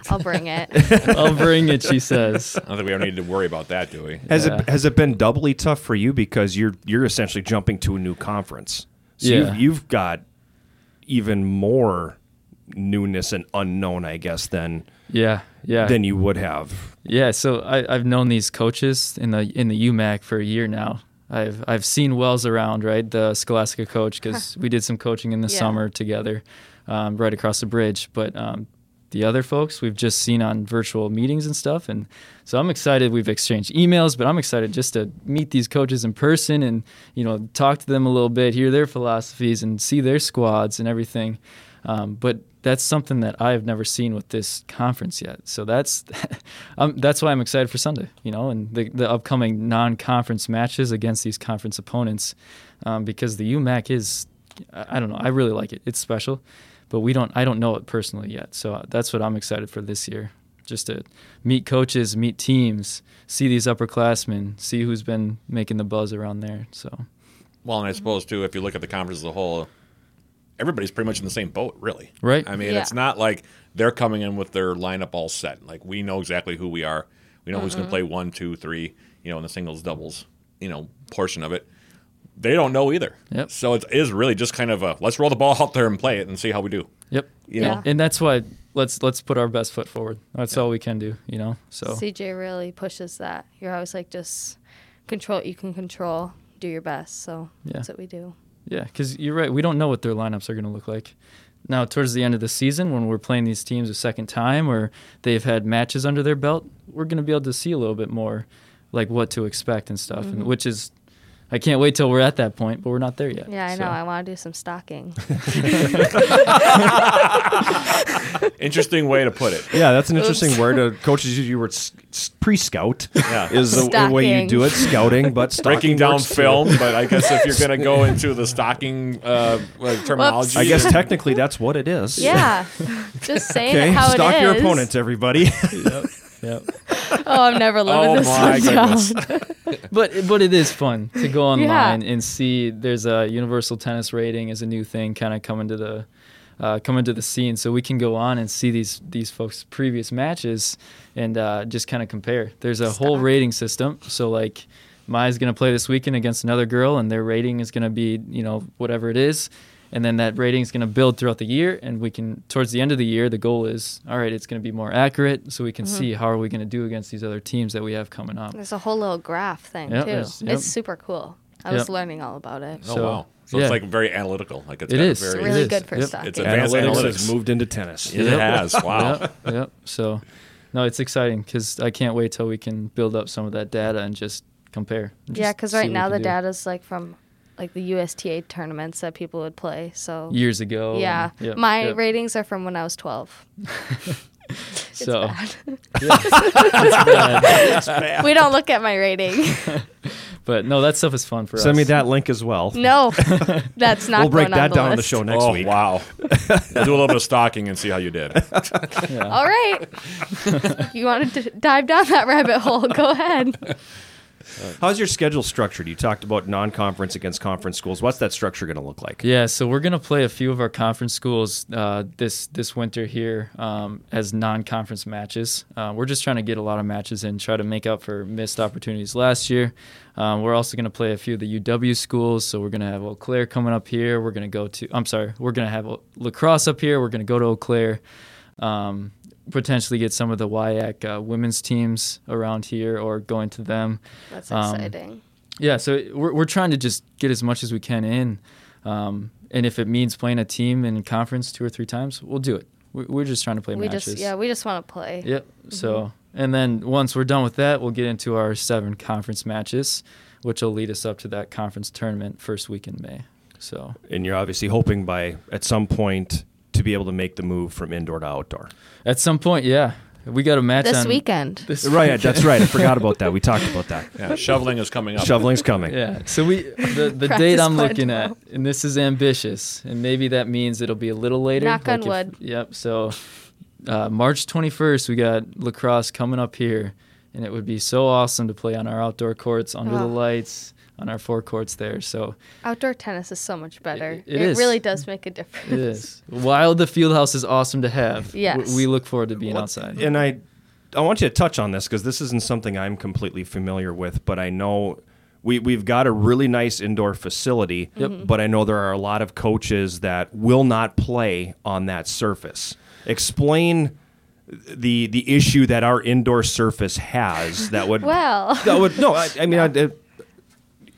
S8: I'll bring it.
S7: [LAUGHS] I'll bring it, she says.
S2: I don't think we ever need to worry about that, do we?
S1: Has
S7: Yeah.
S1: it has it been doubly tough for you because you're you're essentially jumping to a new conference? So
S7: Yeah.
S1: you've, you've got even more newness and unknown, I guess, than
S7: Yeah, yeah.
S1: than you would have.
S7: Yeah, so I, I've known these coaches in the in the UMAC for a year now. I've I've seen Wells around, right? The Scholastica coach, because we did some coaching in the
S8: Yeah.
S7: summer together, um, right across the bridge. But um, the other folks we've just seen on virtual meetings and stuff, and so I'm excited. We've exchanged emails, but I'm excited just to meet these coaches in person and you know talk to them a little bit, hear their philosophies, and see their squads and everything. Um, but that's something that I've never seen with this conference yet. So that's [LAUGHS] um, that's why I'm excited for Sunday, you know, and the, the upcoming non-conference matches against these conference opponents, um, because the UMAC is, I I don't know, I really like it. It's special, but we don't, I don't know it personally yet. So uh, that's what I'm excited for this year, just to meet coaches, meet teams, see these upperclassmen, see who's been making the buzz around there. So
S2: Well, and I suppose too, if you look at the conference as a whole, everybody's pretty much in the same boat, really.
S7: Right.
S2: I mean,
S8: Yeah.
S2: it's not like they're coming in with their lineup all set. Like we know exactly who we are. We know who's going to play one, two, three. You know, in the singles, doubles, you know, portion of it. They don't know either.
S7: Yep.
S2: So it is really just kind of a let's roll the ball out there and play it and see how we do.
S7: yep,
S2: You
S8: Yeah.
S2: know,
S7: and that's why let's let's put our best foot forward. That's all we can do, you know. So
S8: CJ really pushes that. You're always like, just control what you can control, do your best. So
S7: Yeah.
S8: that's what we do.
S7: Yeah, because you're right. We don't know what their lineups are going to look like. Now, towards the end of the season, when we're playing these teams a second time or they've had matches under their belt, we're going to be able to see a little bit more, like what to expect and stuff.
S8: Mm-hmm.
S7: And which is, I can't wait till we're at that point, but we're not there yet.
S8: Yeah, I
S7: So,
S8: know. I want to do some stalking.
S7: [LAUGHS]
S2: interesting way to
S1: [LAUGHS]
S2: put it.
S1: Yeah, that's an interesting word. Uh, coaches use you were pre-scout
S2: Yeah.
S1: is the w- way you
S8: Stalking.
S1: do it. Scouting,
S8: [LAUGHS]
S1: but stalking
S2: Breaking down
S1: works too.
S2: film, but I guess if
S1: [LAUGHS]
S2: you're going to go into the stocking uh, uh, terminology,
S1: I [LAUGHS] guess technically that's what it is.
S8: yeah,
S7: [LAUGHS]
S8: just
S1: [LAUGHS]
S8: saying
S1: Okay,
S8: how
S1: stalk
S8: it is.
S1: your opponents,
S2: [LAUGHS]
S1: everybody.
S7: yeah.
S8: [LAUGHS] Oh, I'm never letting
S2: Oh
S8: this
S2: my
S8: one
S2: goodness.
S8: [LAUGHS] down.
S7: but but it is fun to go
S8: Yeah.
S7: online and see there's a universal tennis rating is a new thing kind of coming to the uh, coming to the scene so we can go on and see these these folks previous matches and uh, just kind of compare there's a whole rating system so like Mai's going to play this weekend against another girl and their rating is going to be you know whatever it is and then that rating is going to build throughout the year and we can towards the end of the year the goal is all right it's going to be more accurate so we can see how are we going to do against these other teams that we have coming up
S8: There's a whole little graph thing
S7: Yep,
S8: too.
S7: there's- yep.
S8: It's super cool. I
S7: Yep.
S8: was learning all about it.
S2: Oh
S7: So,
S2: wow! So
S7: yeah.
S2: it's like very analytical. Like it's
S7: It
S2: got a
S7: is.
S2: very
S8: It's
S7: It
S8: really
S7: is.
S8: good for
S7: Yep.
S8: stalking.
S2: It's a-
S1: Analytics,
S2: Advanced
S1: has
S2: analytics.
S1: moved into tennis.
S2: [LAUGHS] It has. Wow.
S7: Yep, yep. So, no, it's exciting because I can't wait till we can build up some of that data and just compare. and
S8: yeah,
S7: just
S8: because
S7: see what
S8: right
S7: we
S8: now
S7: can
S8: the
S7: do.
S8: data's like from like the USTA tournaments that people would play. So
S7: years ago.
S8: yeah,
S7: and- yep,
S8: my
S7: yep.
S8: ratings are from when I was 12.
S7: So [LAUGHS]
S8: [LAUGHS] We don't look at my rating.
S7: but no, that stuff is fun for us.
S1: Send me that link as well.
S8: no, that's not.
S1: we'll break
S8: going on
S1: that
S8: the
S1: down on the
S8: list.
S1: show next
S2: oh
S1: week.
S2: wow! [LAUGHS] we'll do a little bit of stalking and see how you did. [LAUGHS]
S8: All right,
S7: [LAUGHS]
S8: you want to d- dive down that rabbit hole? Go ahead.
S1: How's your schedule structured? You talked about non-conference against conference schools. What's that structure going to look like?
S7: Yeah, so we're gonna play a few of our conference schools uh, this this winter here um, as non-conference matches. Uh, we're just trying to get a lot of matches in, try to make up for missed opportunities last year. Um, we're also gonna play a few of the UW schools, so we're gonna have Eau Claire coming up here. We're gonna go to I'm sorry, we're gonna have lacrosse up here. We're gonna go to Eau Claire. Um, potentially get some of the WIAC uh, women's teams around here or going to them.
S8: That's
S7: Um,
S8: exciting.
S7: Yeah, so we're, we're trying to just get as much as we can in. Um, and if it means playing a team in conference two or three times, we'll do it. We're, we're just trying to play
S8: we
S7: matches.
S8: just yeah, Mm-hmm. we just want to play.
S7: Yep. So, and then once we're done with that, we'll get into our seven conference matches, which will lead us up to that conference tournament first week in May. So,
S1: And you're obviously hoping by at some point to be able to make the move from indoor to outdoor.
S7: at some point, yeah. We got a match
S8: This
S7: on
S8: weekend.
S7: This
S1: Right, that's right. I forgot about that. We talked about that.
S2: Yeah, shoveling is coming up.
S1: Shoveling's coming.
S7: Yeah. So
S8: [LAUGHS]
S7: we the, the
S8: Practice
S7: date I'm
S8: plan
S7: looking at,
S8: tomorrow.
S7: and this is ambitious, and maybe that means it'll be a little later.
S8: Knock on
S7: if-
S8: wood.
S7: yep. So uh, March 21st, we got lacrosse coming up here, and it would be so awesome to play on our outdoor courts under the
S8: Oh.
S7: lights on our four courts there.
S8: [LAUGHS]
S7: So
S8: Outdoor tennis is so much better.
S7: it
S8: It,
S7: is.
S8: really does make a difference.
S7: it is while the field house is awesome to have. w-
S8: Yes.
S7: we look forward to being outside.
S1: And I, I want you to touch on this because this isn't something I'm completely familiar with, but I know we we've got a really nice indoor facility. But I know there are a lot of coaches that will not play on that surface. Explain the the issue that our indoor surface has that would
S7: [LAUGHS]
S8: [LAUGHS] Well.
S1: that would no. I, I mean, I, I,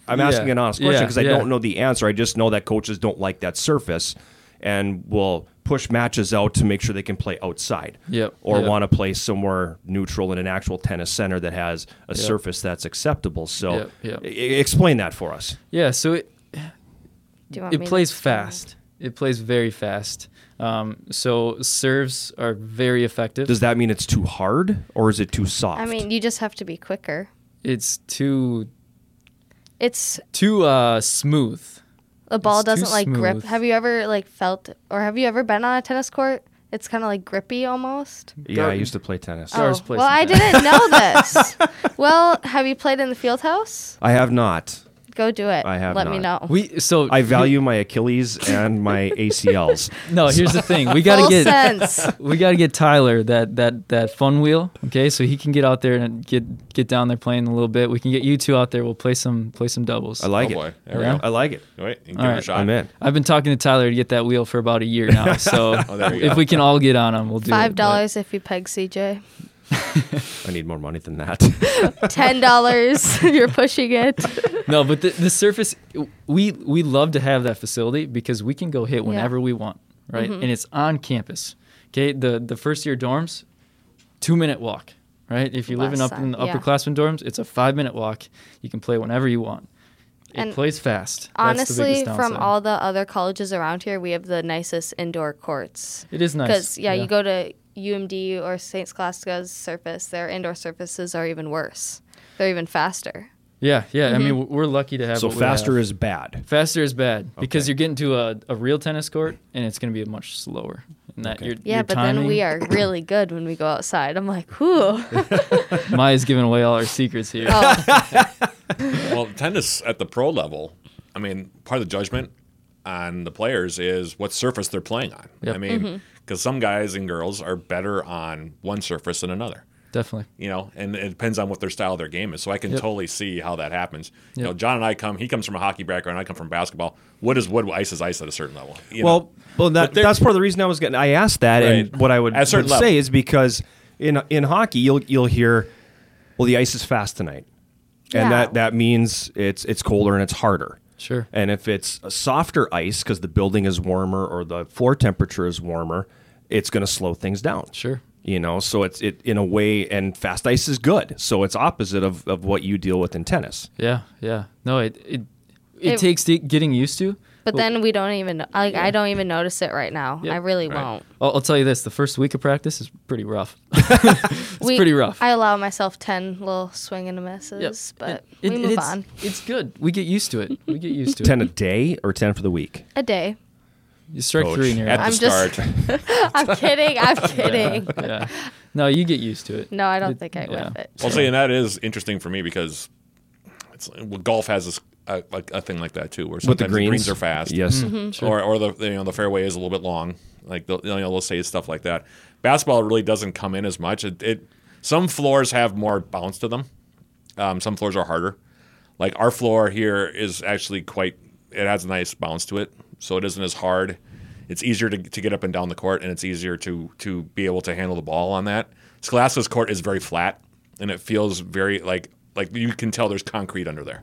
S1: I'm
S7: Yeah.
S1: asking an honest question
S7: Yeah,
S1: because I
S7: yeah.
S1: don't know the answer. I just know that coaches don't like that surface and will push matches out to make sure they can play outside.
S7: Yep,
S1: Or
S7: yep.
S1: want to play somewhere neutral in an actual tennis center that has a surface that's acceptable. So
S7: Yep, yep.
S1: e- explain that for us.
S7: Yeah. So it,
S8: Do you want
S7: it
S8: me to
S7: plays
S8: explain?
S7: fast. It plays very fast. Um, so serves are very effective.
S1: Does that mean it's too hard or is it too soft?
S8: I mean, you just have to be quicker.
S7: it's too
S8: It's
S7: too uh, smooth.
S8: the ball
S7: It's too
S8: doesn't like grip.
S7: smooth.
S8: Have you ever like felt or have you ever been on a tennis court? It's kind of like grippy almost.
S1: yeah, I used to play tennis.
S7: Gar- Stars
S8: Oh,
S7: play
S8: well, I
S7: sometimes.
S8: didn't know this.
S7: [LAUGHS]
S8: well, have you played in the field house?
S1: I have not.
S8: Go do it.
S1: I have
S8: Let me
S1: not.
S8: know.
S7: We so
S1: I value my Achilles and
S8: [LAUGHS]
S1: my ACLs.
S7: [LAUGHS] no. Here's the thing: we
S8: Full
S7: gotta get [LAUGHS]
S8: sense.
S7: we gotta get Tyler that that that fun wheel. Okay, so he can get out there and get get down there playing a little bit. We can get you two out there. We'll play some play some doubles.
S1: I like
S2: Oh,
S1: it.
S2: boy. There
S7: we Yeah. go.
S1: I like it.
S2: Wait, you can give
S7: All
S2: it a
S7: right.
S2: shot.
S1: I'm in.
S7: I've been talking to Tyler to get that wheel for about a year
S1: [LAUGHS]
S7: now. So
S1: Oh,
S2: there you
S7: if
S2: go.
S7: we can all get on him, we'll do it,
S8: Five
S7: but-
S8: dollars if you peg
S7: [LAUGHS]
S8: CJ.
S1: I need more money than [LAUGHS] that.
S8: Ten dollars. [LAUGHS] You're pushing it.
S7: No, but the, the surface, we we love to have that facility because we can go hit whenever we want, right?
S8: Mm-hmm.
S7: And it's on campus. Okay, the the first year dorms, two minute walk, right? If you're living
S8: Less
S7: up in the
S8: than- yeah.
S7: upperclassmen dorms, it's a five minute walk. You can play whenever you want. It
S8: And
S7: plays fast. That's the
S8: Honestly,
S7: biggest
S8: from
S7: downside.
S8: all the other colleges around here, we have the nicest indoor courts.
S7: it is nice.
S8: Because yeah, you go to UMD or St. Scholastic's surface, their indoor surfaces are even worse. They're even faster.
S7: Yeah, yeah. I mean,
S8: Mm-hmm.
S7: w- we're lucky to have.
S1: so
S7: what we
S1: faster
S7: have.
S1: is bad.
S7: faster is bad because you're getting to a, a real tennis court and it's going to be much slower. And that your,
S8: Yeah,
S7: your
S8: but
S7: timing,
S8: then we are really good when we go outside. I'm like,
S7: [LAUGHS]
S8: whew.
S7: Maya's giving away all our secrets here.
S8: Oh,
S2: Well, tennis at the pro level, I mean, part of the judgment on the players is what surface they're playing on.
S7: Yep.
S2: I mean, because some guys and girls are better on one surface than another.
S7: Definitely.
S2: You know, and it depends on what their style of their game is. So I can totally see how that happens. You know,
S7: Yep.
S2: John and I come. He comes from a hockey background. I come from basketball. What is wood ice is ice at a certain level. you know?
S1: Well, well, that, that's part of the reason I was getting. I asked that, and
S2: Right.
S1: what I would,
S2: At a certain
S1: would
S2: level.
S1: say is because in in hockey, you'll you'll hear, well, the ice is fast tonight,
S8: Yeah.
S1: and that that means it's it's colder and it's harder.
S7: Sure.
S1: And if it's a softer ice because the building is warmer or the floor temperature is warmer, it's going to slow things down.
S7: Sure.
S1: You know, so it's it in a way, and fast ice is good. So it's opposite of, of what you deal with in tennis.
S7: Yeah, yeah. No, it it, it,
S8: It-
S7: takes di- getting used to.
S8: but then we don't even, like, I don't even notice it right now. I really won't.
S7: I'll, I'll tell you this: the first week of practice is pretty
S8: [LAUGHS]
S7: rough.
S8: It's
S7: pretty rough.
S8: I allow myself 10 little swing and misses, but we move
S7: it's,
S8: on.
S7: It's good. We get used to it. We get used
S2: [LAUGHS]
S7: to
S1: Ten
S7: it.
S1: a day or ten for the week.
S7: [LAUGHS]
S8: A day.
S7: You strike
S2: Coach,
S7: three and you're
S2: at the
S7: out.
S8: I'm just-
S2: start.
S8: I'm kidding. I'm kidding.
S7: [LAUGHS] yeah. No, you get used to it.
S8: No, I don't think I
S7: yeah.
S8: whip it.
S2: Well, see, and that is interesting for me because it's well, golf has this, a, a, a thing like that too, where sometimes
S1: With the greens,
S2: are fast,
S1: Yes.
S8: Mm-hmm.
S2: or or the you know the fairway is a little bit long, like they'll, you know they'll say stuff like that. Basketball really doesn't come in as much. It, it some floors have more bounce to them. Um, some floors are harder. Like our floor here is actually quite. It has a nice bounce to it, so it isn't as hard. It's easier to, to get up and down the court, and it's easier to to be able to handle the ball on that. Scholastica's court is very flat, and it feels very like like you can tell there's concrete under there.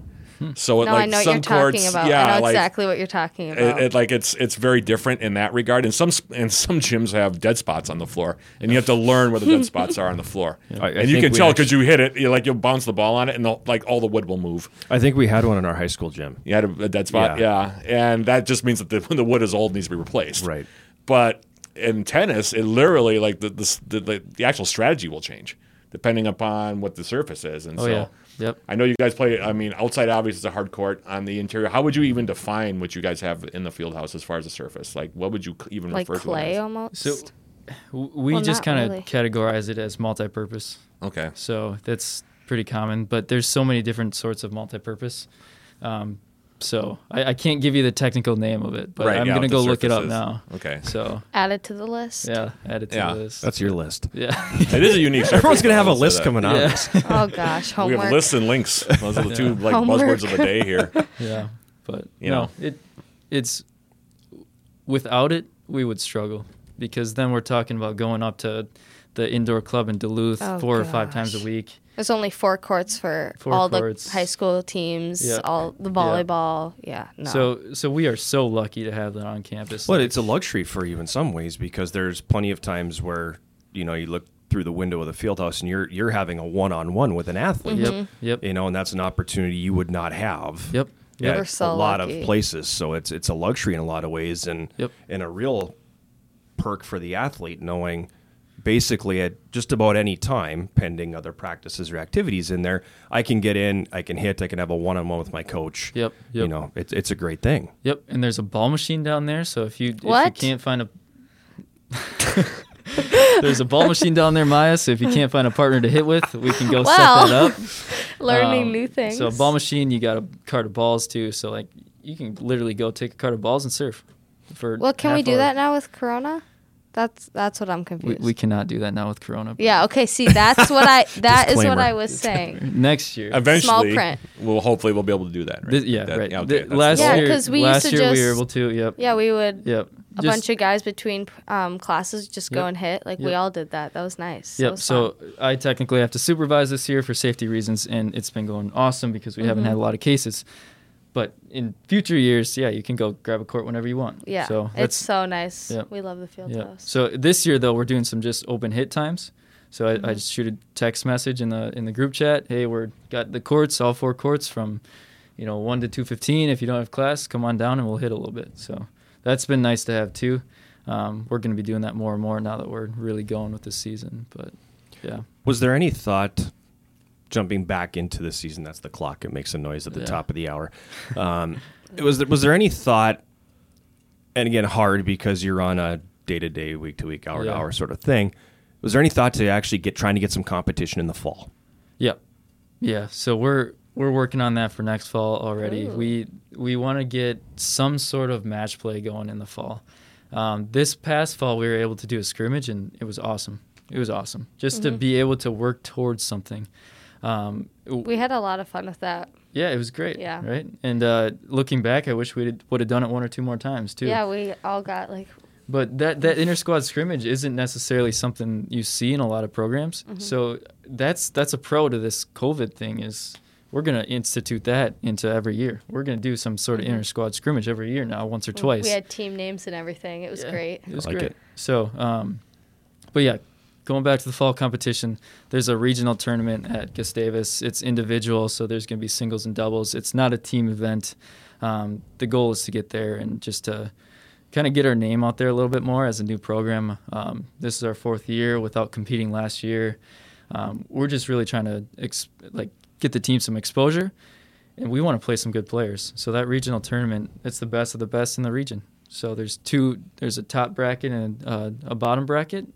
S2: So it,
S8: Hmm. No,
S2: like
S8: I know what
S2: some
S8: you're
S2: courts,
S8: talking about.
S2: yeah,
S8: I know
S2: like,
S8: exactly what you're talking about.
S2: it, it, like it's it's very different in that regard. And some s- and some gyms have dead spots on the floor, and you have to learn where the dead spots are on the floor.
S1: I- I
S2: and you
S1: think
S2: can
S1: we
S2: tell
S1: actu-
S2: because you hit it, you like you'll bounce the ball on it, and the, like all the wood will move.
S1: I think we had one in our high school gym.
S2: You had a, a dead spot,
S1: Yeah.
S2: [LAUGHS] yeah. and that just means that the, the wood is old, and needs to be replaced,
S1: Right.
S2: But in tennis, it literally like the the, the the actual strategy will change depending upon what the surface is. And
S7: Oh
S2: so
S7: yeah. Yep.
S2: I know you guys play. I mean, outside obviously it's a hard court. On the interior, how would you even define what you guys have in the field house as far as the surface? Like, what would you c- even
S8: like
S2: refer
S8: clay
S2: to? it
S8: almost.
S7: So w- we
S8: Well,
S7: just
S8: not
S7: kind of
S8: really.
S7: categorize it as multi-purpose.
S2: as? Okay.
S7: So that's pretty common. But there's so many different sorts of multi-purpose. Um, so I, I can't give you the technical name of it, but
S2: Right,
S7: I'm
S2: yeah,
S7: gonna
S2: what
S7: go
S2: the
S7: look it up
S2: surface is.
S7: now.
S2: Okay.
S7: So
S8: Added to the list.
S7: yeah, add it to
S2: Yeah.
S7: the list.
S1: That's your list.
S2: [LAUGHS]
S7: yeah.
S2: [LAUGHS]
S7: [LAUGHS]
S2: It is a unique. surface,
S1: Everyone's gonna have
S2: I
S1: a
S2: will say
S1: list
S2: that.
S1: coming out. of
S7: Yeah.
S1: this.
S7: [LAUGHS]
S8: Oh gosh,
S2: We
S8: homework.
S2: have lists and links. Those are the two like
S8: Homework.
S2: buzzwords of the day
S8: [LAUGHS]
S2: here.
S7: yeah. But
S2: You
S7: no,
S2: know.
S7: it it's without it we would struggle because then we're talking about going up to the indoor club in Duluth
S8: Oh,
S7: four or five times a
S8: gosh.
S7: week.
S8: There's only four courts for
S7: Four
S8: all
S7: courts.
S8: the high school teams,
S7: Yeah.
S8: all the volleyball. Yeah. no.
S7: So so we are so lucky to have that on campus.
S1: But it's a luxury for you in some ways because there's plenty of times where you know you look through the window of the field house and you're you're having a one on one with an athlete.
S7: Yep. Yep.
S1: You know, and that's an opportunity you would not have.
S7: Yep.
S1: Yeah,
S8: We're
S1: a
S8: so
S1: lot
S8: lucky.
S1: of places. So it's it's a luxury in a lot of ways, and
S7: Yep.
S1: and a real perk for the athlete knowing basically at just about any time, pending other practices or activities in there, I can get in, I can hit, I can have a one on one with my coach.
S7: Yep,
S1: You
S7: yep.
S1: know, it's it's a great thing.
S7: Yep, and there's a ball machine down there. So if you if you
S8: What?
S7: can't find a [LAUGHS] there's a ball machine down there, Maya. So if you can't find a partner to hit with, we can go
S8: Wow.
S7: set that up.
S8: learning
S7: Um,
S8: new things.
S7: So a ball machine, you got a cart of balls too. So like you can literally go take a cart of balls and surf. For
S8: well, can we
S7: half
S8: do
S7: hour.
S8: that now with Corona? That's that's what I'm
S7: We,
S8: confused.
S7: we cannot do that now with Corona.
S8: yeah. Okay. See, that's what
S7: [LAUGHS]
S8: I that is what
S1: Disclaimer.
S8: I was saying.
S7: Next year.
S2: Eventually,
S8: print.
S2: we'll hopefully we'll be able to do that. Right?
S7: Th- yeah,
S2: That-
S7: right.
S2: yeah, okay,
S7: Th-
S2: that's the
S7: last
S2: whole-
S8: Yeah,
S7: year,
S8: 'cause we used
S7: last
S8: to
S7: year we were
S8: just-
S7: able to. Yep.
S8: Yeah, we would.
S7: Yep.
S8: A
S7: Just-
S8: bunch of guys between um, classes just go
S7: Yep.
S8: and hit. Like we
S7: Yep.
S8: all did that. That was nice. That
S7: Yep.
S8: was
S7: So
S8: fun.
S7: I technically have to supervise this year for safety reasons, and it's been going awesome because we haven't
S8: Mm-hmm.
S7: had a lot of cases. But in future years, yeah, you can go grab a court whenever you want.
S8: yeah,
S7: So
S8: it's
S7: that's
S8: so nice.
S7: Yep.
S8: We love the field
S7: yeah.
S8: house.
S7: So this year though, we're doing some just open hit times. So I, I just shoot a text message in the in the group chat. Hey, we're got the courts, all four courts from, you know, one to two fifteen. If you don't have class, come on down and we'll hit a little bit. So that's been nice to have too. Um, we're going to be doing that more and more now that we're really going with this season. But yeah.
S1: Was there any thought jumping back into the season? That's the clock. It makes a noise at the
S7: Yeah.
S1: top of the hour. Um, it was there, was there any thought? And again, hard because you're on a day to day, week to week, hour to
S7: Yeah.
S1: hour sort of thing. Was there any thought to actually get trying to get some competition in the fall?
S7: Yep. Yeah. So we're we're working on that for next fall already. We we want to get some sort of match play going in the fall. Um, this past fall, we were able to do a scrimmage, and it was awesome. It was awesome just
S8: Mm-hmm.
S7: to be able to work towards something. Um, w-
S8: we had a lot of fun with that.
S7: yeah, it was great.
S8: Yeah.
S7: Right. And uh, looking back, I wish we would have done it one or two more times too.
S8: Yeah, we all got like
S7: But that that inter squad scrimmage isn't necessarily something you see in a lot of programs.
S8: Mm-hmm.
S7: So that's that's a pro to this COVID thing is we're gonna institute that into every year. We're gonna do some sort of inter squad scrimmage every year now, once or twice.
S8: Mm-hmm. we had team names and everything. It was
S7: Yeah,
S8: great.
S7: It was
S1: I like
S7: great.
S1: it.
S7: So, um, but yeah, going back to the fall competition, there's a regional tournament at Gustavus. It's individual, so there's going to be singles and doubles. It's not a team event. Um, the goal is to get there and just to kind of get our name out there a little bit more as a new program. Um, this is our fourth year without competing last year. Um, we're just really trying to ex- like get the team some exposure, and we want to play some good players. So that regional tournament, it's the best of the best in the region. So there's two, there's a top bracket and uh, a bottom bracket,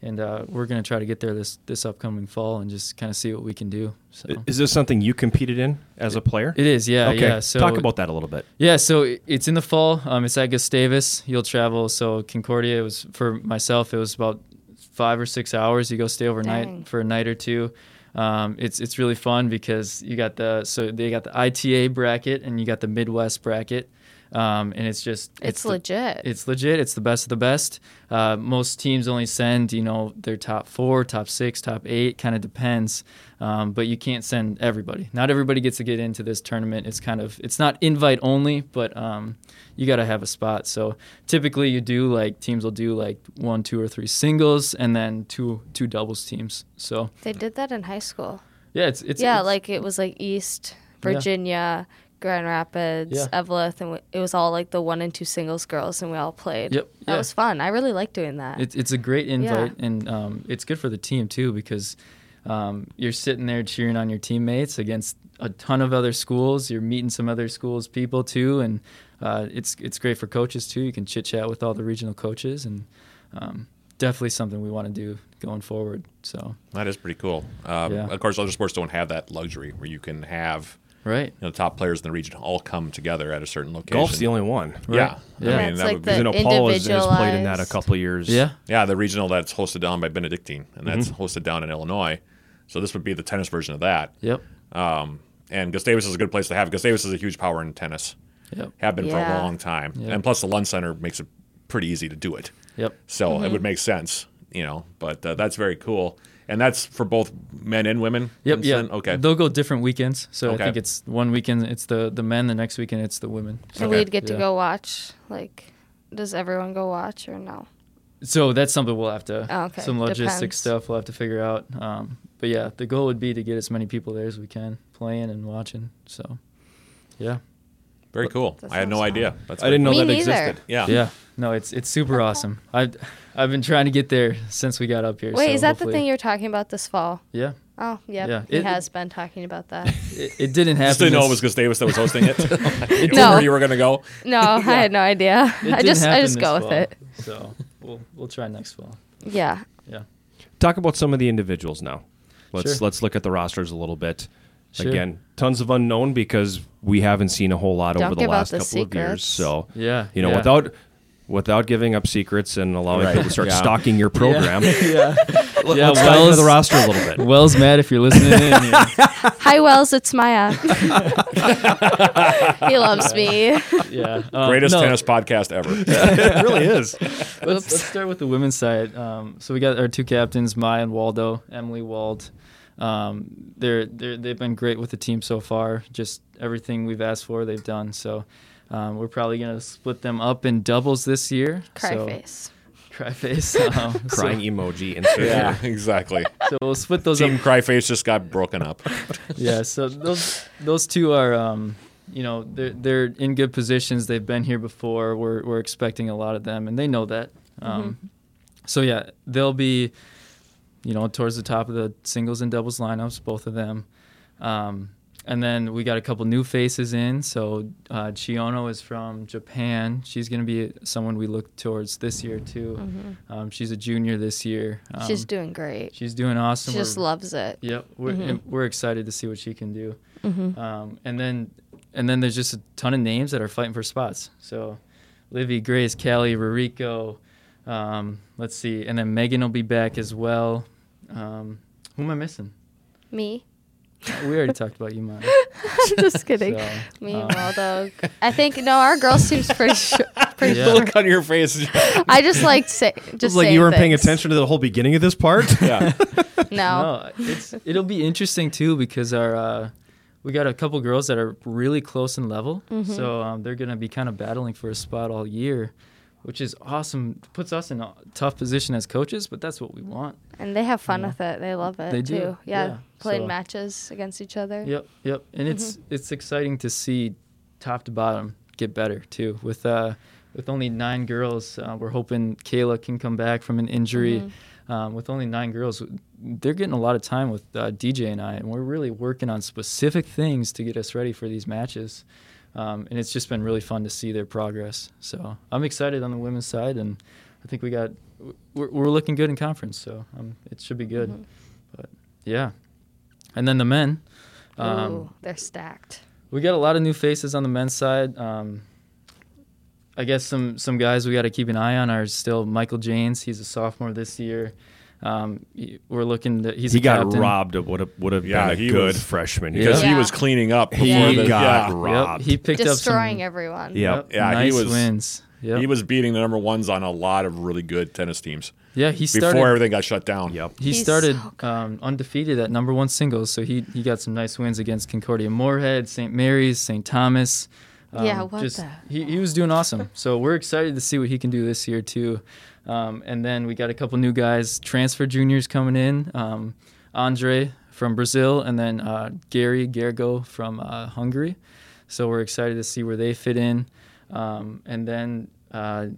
S7: and uh, we're gonna try to get there this this upcoming fall and just kind of see what we can do. So
S1: I- Is this something you competed in as a player?
S7: it is, yeah,
S1: okay,
S7: yeah. So
S1: talk about that a little bit.
S7: yeah, so i- it's in the fall. Um, it's at Gustavus. You'll travel. So Concordia it was for myself. It was about five or six hours. You go stay overnight
S8: Dang.
S7: for a night or two. Um, it's it's really fun because you got the so they got the ITA bracket and you got the Midwest bracket, um, and it's just
S8: It's,
S7: the-
S8: legit.
S7: it's legit. It's the best of the best. Uh, most teams only send, you know, their top four, top six, top eight. Kind of depends, um, but you can't send everybody. Not everybody gets to get into this tournament. It's kind of it's not invite only, but um, you got to have a spot. So typically, you do like teams will do like one, two, or three singles, and then two two doubles teams. So
S8: they did that in high school.
S7: yeah, it's it's
S8: yeah,
S7: it's-
S8: like it was like East Virginia, Grand Rapids,
S7: Yeah.
S8: Eveleth, and we, it was all like the one and two singles girls, and we all played.
S7: Yep,
S8: That
S7: yeah.
S8: was fun. I really like doing that.
S7: It, it's a great invite, and um, it's good for the team too because um, you're sitting there cheering on your teammates against a ton of other schools. You're meeting some other schools' people too, and uh, it's it's great for coaches too. You can chit chat with all the regional coaches, and um, definitely something we want to do going forward. So
S2: That is pretty cool. Um,
S7: Yeah.
S2: Of course, other sports don't have that luxury where you can have
S7: right,
S2: you know, the top players in the region all come together at a certain location.
S1: Golf's the only one.
S2: yeah,
S7: Yeah.
S2: I
S7: Yeah,
S2: mean,
S8: it's
S2: that
S8: like
S2: would
S8: the-
S2: be,
S1: You know, Paul has, has played in that a
S8: individualized-
S1: couple years.
S7: yeah,
S2: yeah the regional that's hosted down by Benedictine, and that's hosted down in Illinois. So this would be the tennis version of that.
S7: yep,
S2: Um, and Gustavus is a good place to have. Gustavus is a huge power in tennis,
S7: yep,
S2: have been for a
S8: Yeah.
S2: long time, and plus the Lund Center makes it pretty easy to do it.
S7: yep.
S2: So
S8: Mm-hmm.
S2: it would make sense, you know. But uh, that's very cool, and that's for both men and women.
S7: Yep.
S2: in
S7: Yeah.
S2: Flint? Okay.
S7: They'll go different weekends. So
S2: Okay.
S7: I think it's one weekend it's the the men, the next weekend it's the women.
S8: and
S2: okay.
S8: we'd get to
S7: Yeah.
S8: go watch. Like, does everyone go watch or no?
S7: So that's something we'll have to
S8: Oh, okay.
S7: some logistics
S8: Depends.
S7: stuff we'll have to figure out. Um, but yeah, the goal would be to get as many people there as we can playing and watching. So yeah,
S2: very cool.
S8: That
S2: I had no
S8: sounds
S2: idea. That's
S1: I didn't know
S8: Me
S1: that
S8: neither.
S1: existed.
S2: Yeah.
S7: yeah. No, it's it's super awesome. I I've been trying to get there since we got up here.
S8: Wait,
S7: so
S8: is that
S7: hopefully-
S8: the thing you're talking about this fall?
S7: Yeah,
S8: Oh, yep.
S7: Yeah.
S8: He
S7: It-
S8: has been talking about
S7: [LAUGHS]
S8: that.
S7: it, it didn't happen.
S2: Just didn't know it
S7: this-
S2: was Gustavus that was hosting it. [LAUGHS] it
S8: No.
S2: Where you were gonna go?
S8: No, I had no idea.
S7: it
S8: [LAUGHS] I
S7: didn't
S8: just I
S7: happen
S8: just
S7: this
S8: go with
S7: fall.
S8: it.
S7: So we'll we'll try next fall.
S8: Yeah.
S7: Yeah.
S1: Talk about some of the individuals now. Let's
S7: Sure.
S1: let's look at the rosters a little bit.
S7: Sure.
S1: Again, tons of unknown because we haven't seen a whole lot
S8: Don't
S1: over the
S8: give out
S1: last
S8: the
S1: couple of years.
S8: secrets.
S1: So
S7: Yeah,
S1: you know,
S7: yeah.
S1: without without giving up secrets and allowing
S2: Right,
S1: people to start
S2: [LAUGHS] yeah.
S1: stalking your program,
S7: Yeah.
S1: let,
S7: Yeah,
S1: us dive into
S7: Wells-
S1: the roster a little
S2: [LAUGHS]
S1: bit.
S7: Wells, Matt, if you're listening in, yeah.
S8: Hi Wells, it's
S7: [LAUGHS]
S8: Maya. [LAUGHS] he loves me.
S7: yeah. Um,
S2: Greatest
S7: no,
S2: tennis podcast ever.
S1: it really is.
S7: Let's, let's start with the women's side. Um, so we got our two captains, Maya and Waldo, Emily Wald. Um, they're, they're they've been great with the team so far. Just everything we've asked for, they've done. So um, we're probably gonna split them up in doubles this year.
S8: Cry
S7: so,
S8: face.
S7: Cry face. [LAUGHS] Um,
S1: [LAUGHS] Crying
S7: so,
S1: emoji insert.
S2: yeah, [LAUGHS] exactly.
S7: so we'll split those
S2: Team
S7: up.
S2: Cryface just got broken up.
S7: yeah. So those those two are, um, you know, they're they're in good positions. They've been here before. We're we're expecting a lot of them, and they know that.
S8: Mm-hmm.
S7: Um, So yeah, they'll be, you know, towards the top of the singles and doubles lineups, both of them. Um, and then we got a couple new faces in. So uh, Chiono is from Japan. She's going to be someone we look towards this year too.
S8: Mm-hmm.
S7: Um, she's a junior this year. Um,
S8: She's doing great.
S7: she's doing awesome.
S8: She just
S7: We're-
S8: loves it.
S7: Yep, we're and we're excited to see what she can do. Um, and then and then there's just a ton of names that are fighting for spots. So, Livy, Grace, Callie, Rurico. Um, let's see, and then Megan will be back as well. Um, who am I missing? [LAUGHS]
S8: Me. [LAUGHS]
S7: We already talked about you, Maya.
S8: just kidding. [LAUGHS]
S7: So, uh, [LAUGHS]
S8: Me, Waldo. I think no, our girls team's pretty sure. Pretty
S7: Yeah.
S8: sure.
S2: Look on your face.
S8: I just like say
S1: It's
S8: just
S1: like
S8: saying
S1: you weren't paying
S8: things.
S1: attention to the whole beginning of this part.
S2: [LAUGHS] Yeah.
S8: No.
S7: No, it's it'll be interesting too because our uh, we got a couple girls that are really close in level, so um, they're gonna be kind of battling for a spot all year, which is awesome. Puts us in a tough position as coaches, but that's what we want.
S8: And they have fun with it. They love it
S7: They
S8: too.
S7: do,
S8: Yeah.
S7: yeah.
S8: Playing
S7: So-
S8: matches against each other.
S7: Yep, yep. And it's it's exciting to see top to bottom get better too. With uh, with only nine girls, uh, we're hoping Kayla can come back from an injury. Um, with only nine girls, they're getting a lot of time with uh, DJ and I, and we're really working on specific things to get us ready for these matches. Um, and it's just been really fun to see their progress. So I'm excited on the women's side, and I think we got we're, we're looking good in conference. So um, it should be good. But yeah, and then the men. Um,
S8: Ooh, they're stacked.
S7: we got a lot of new faces on the men's side. Um, I guess some some guys we got to keep an eye on are still Michael Janes. He's a sophomore this year. Um, y- we're looking. To, he's
S1: He
S7: a
S1: got
S7: captain.
S1: robbed of what a, would have
S2: Yeah,
S1: been a
S2: he
S1: good
S2: was-
S1: freshman
S2: Because
S1: year.
S2: he
S8: Yeah.
S2: was cleaning up before
S1: He
S2: the,
S1: got
S2: yeah.
S7: Yep,
S1: robbed.
S7: he picked
S8: Destroying
S7: up
S8: everyone.
S1: Yeah.
S7: some
S1: Yep.
S2: Yeah, he
S7: nice
S2: was-
S7: wins. Yep.
S2: He was beating the number ones on a lot of really good tennis teams
S7: yeah, he
S2: before
S7: started.
S2: everything got shut down.
S1: Yep.
S7: he
S8: He's
S7: started
S8: so
S7: um, undefeated at number one singles, so he he got some nice wins against Concordia Moorhead, St. Mary's, St. Thomas.
S8: Yeah, what the-
S7: Um, He, he was doing awesome. So we're excited to see what he can do this year too. Um, and then we got a couple new guys, transfer juniors coming in. Um, Andre from Brazil, and then uh, Gary Gergo from uh, Hungary. So we're excited to see where they fit in, um, and then uh,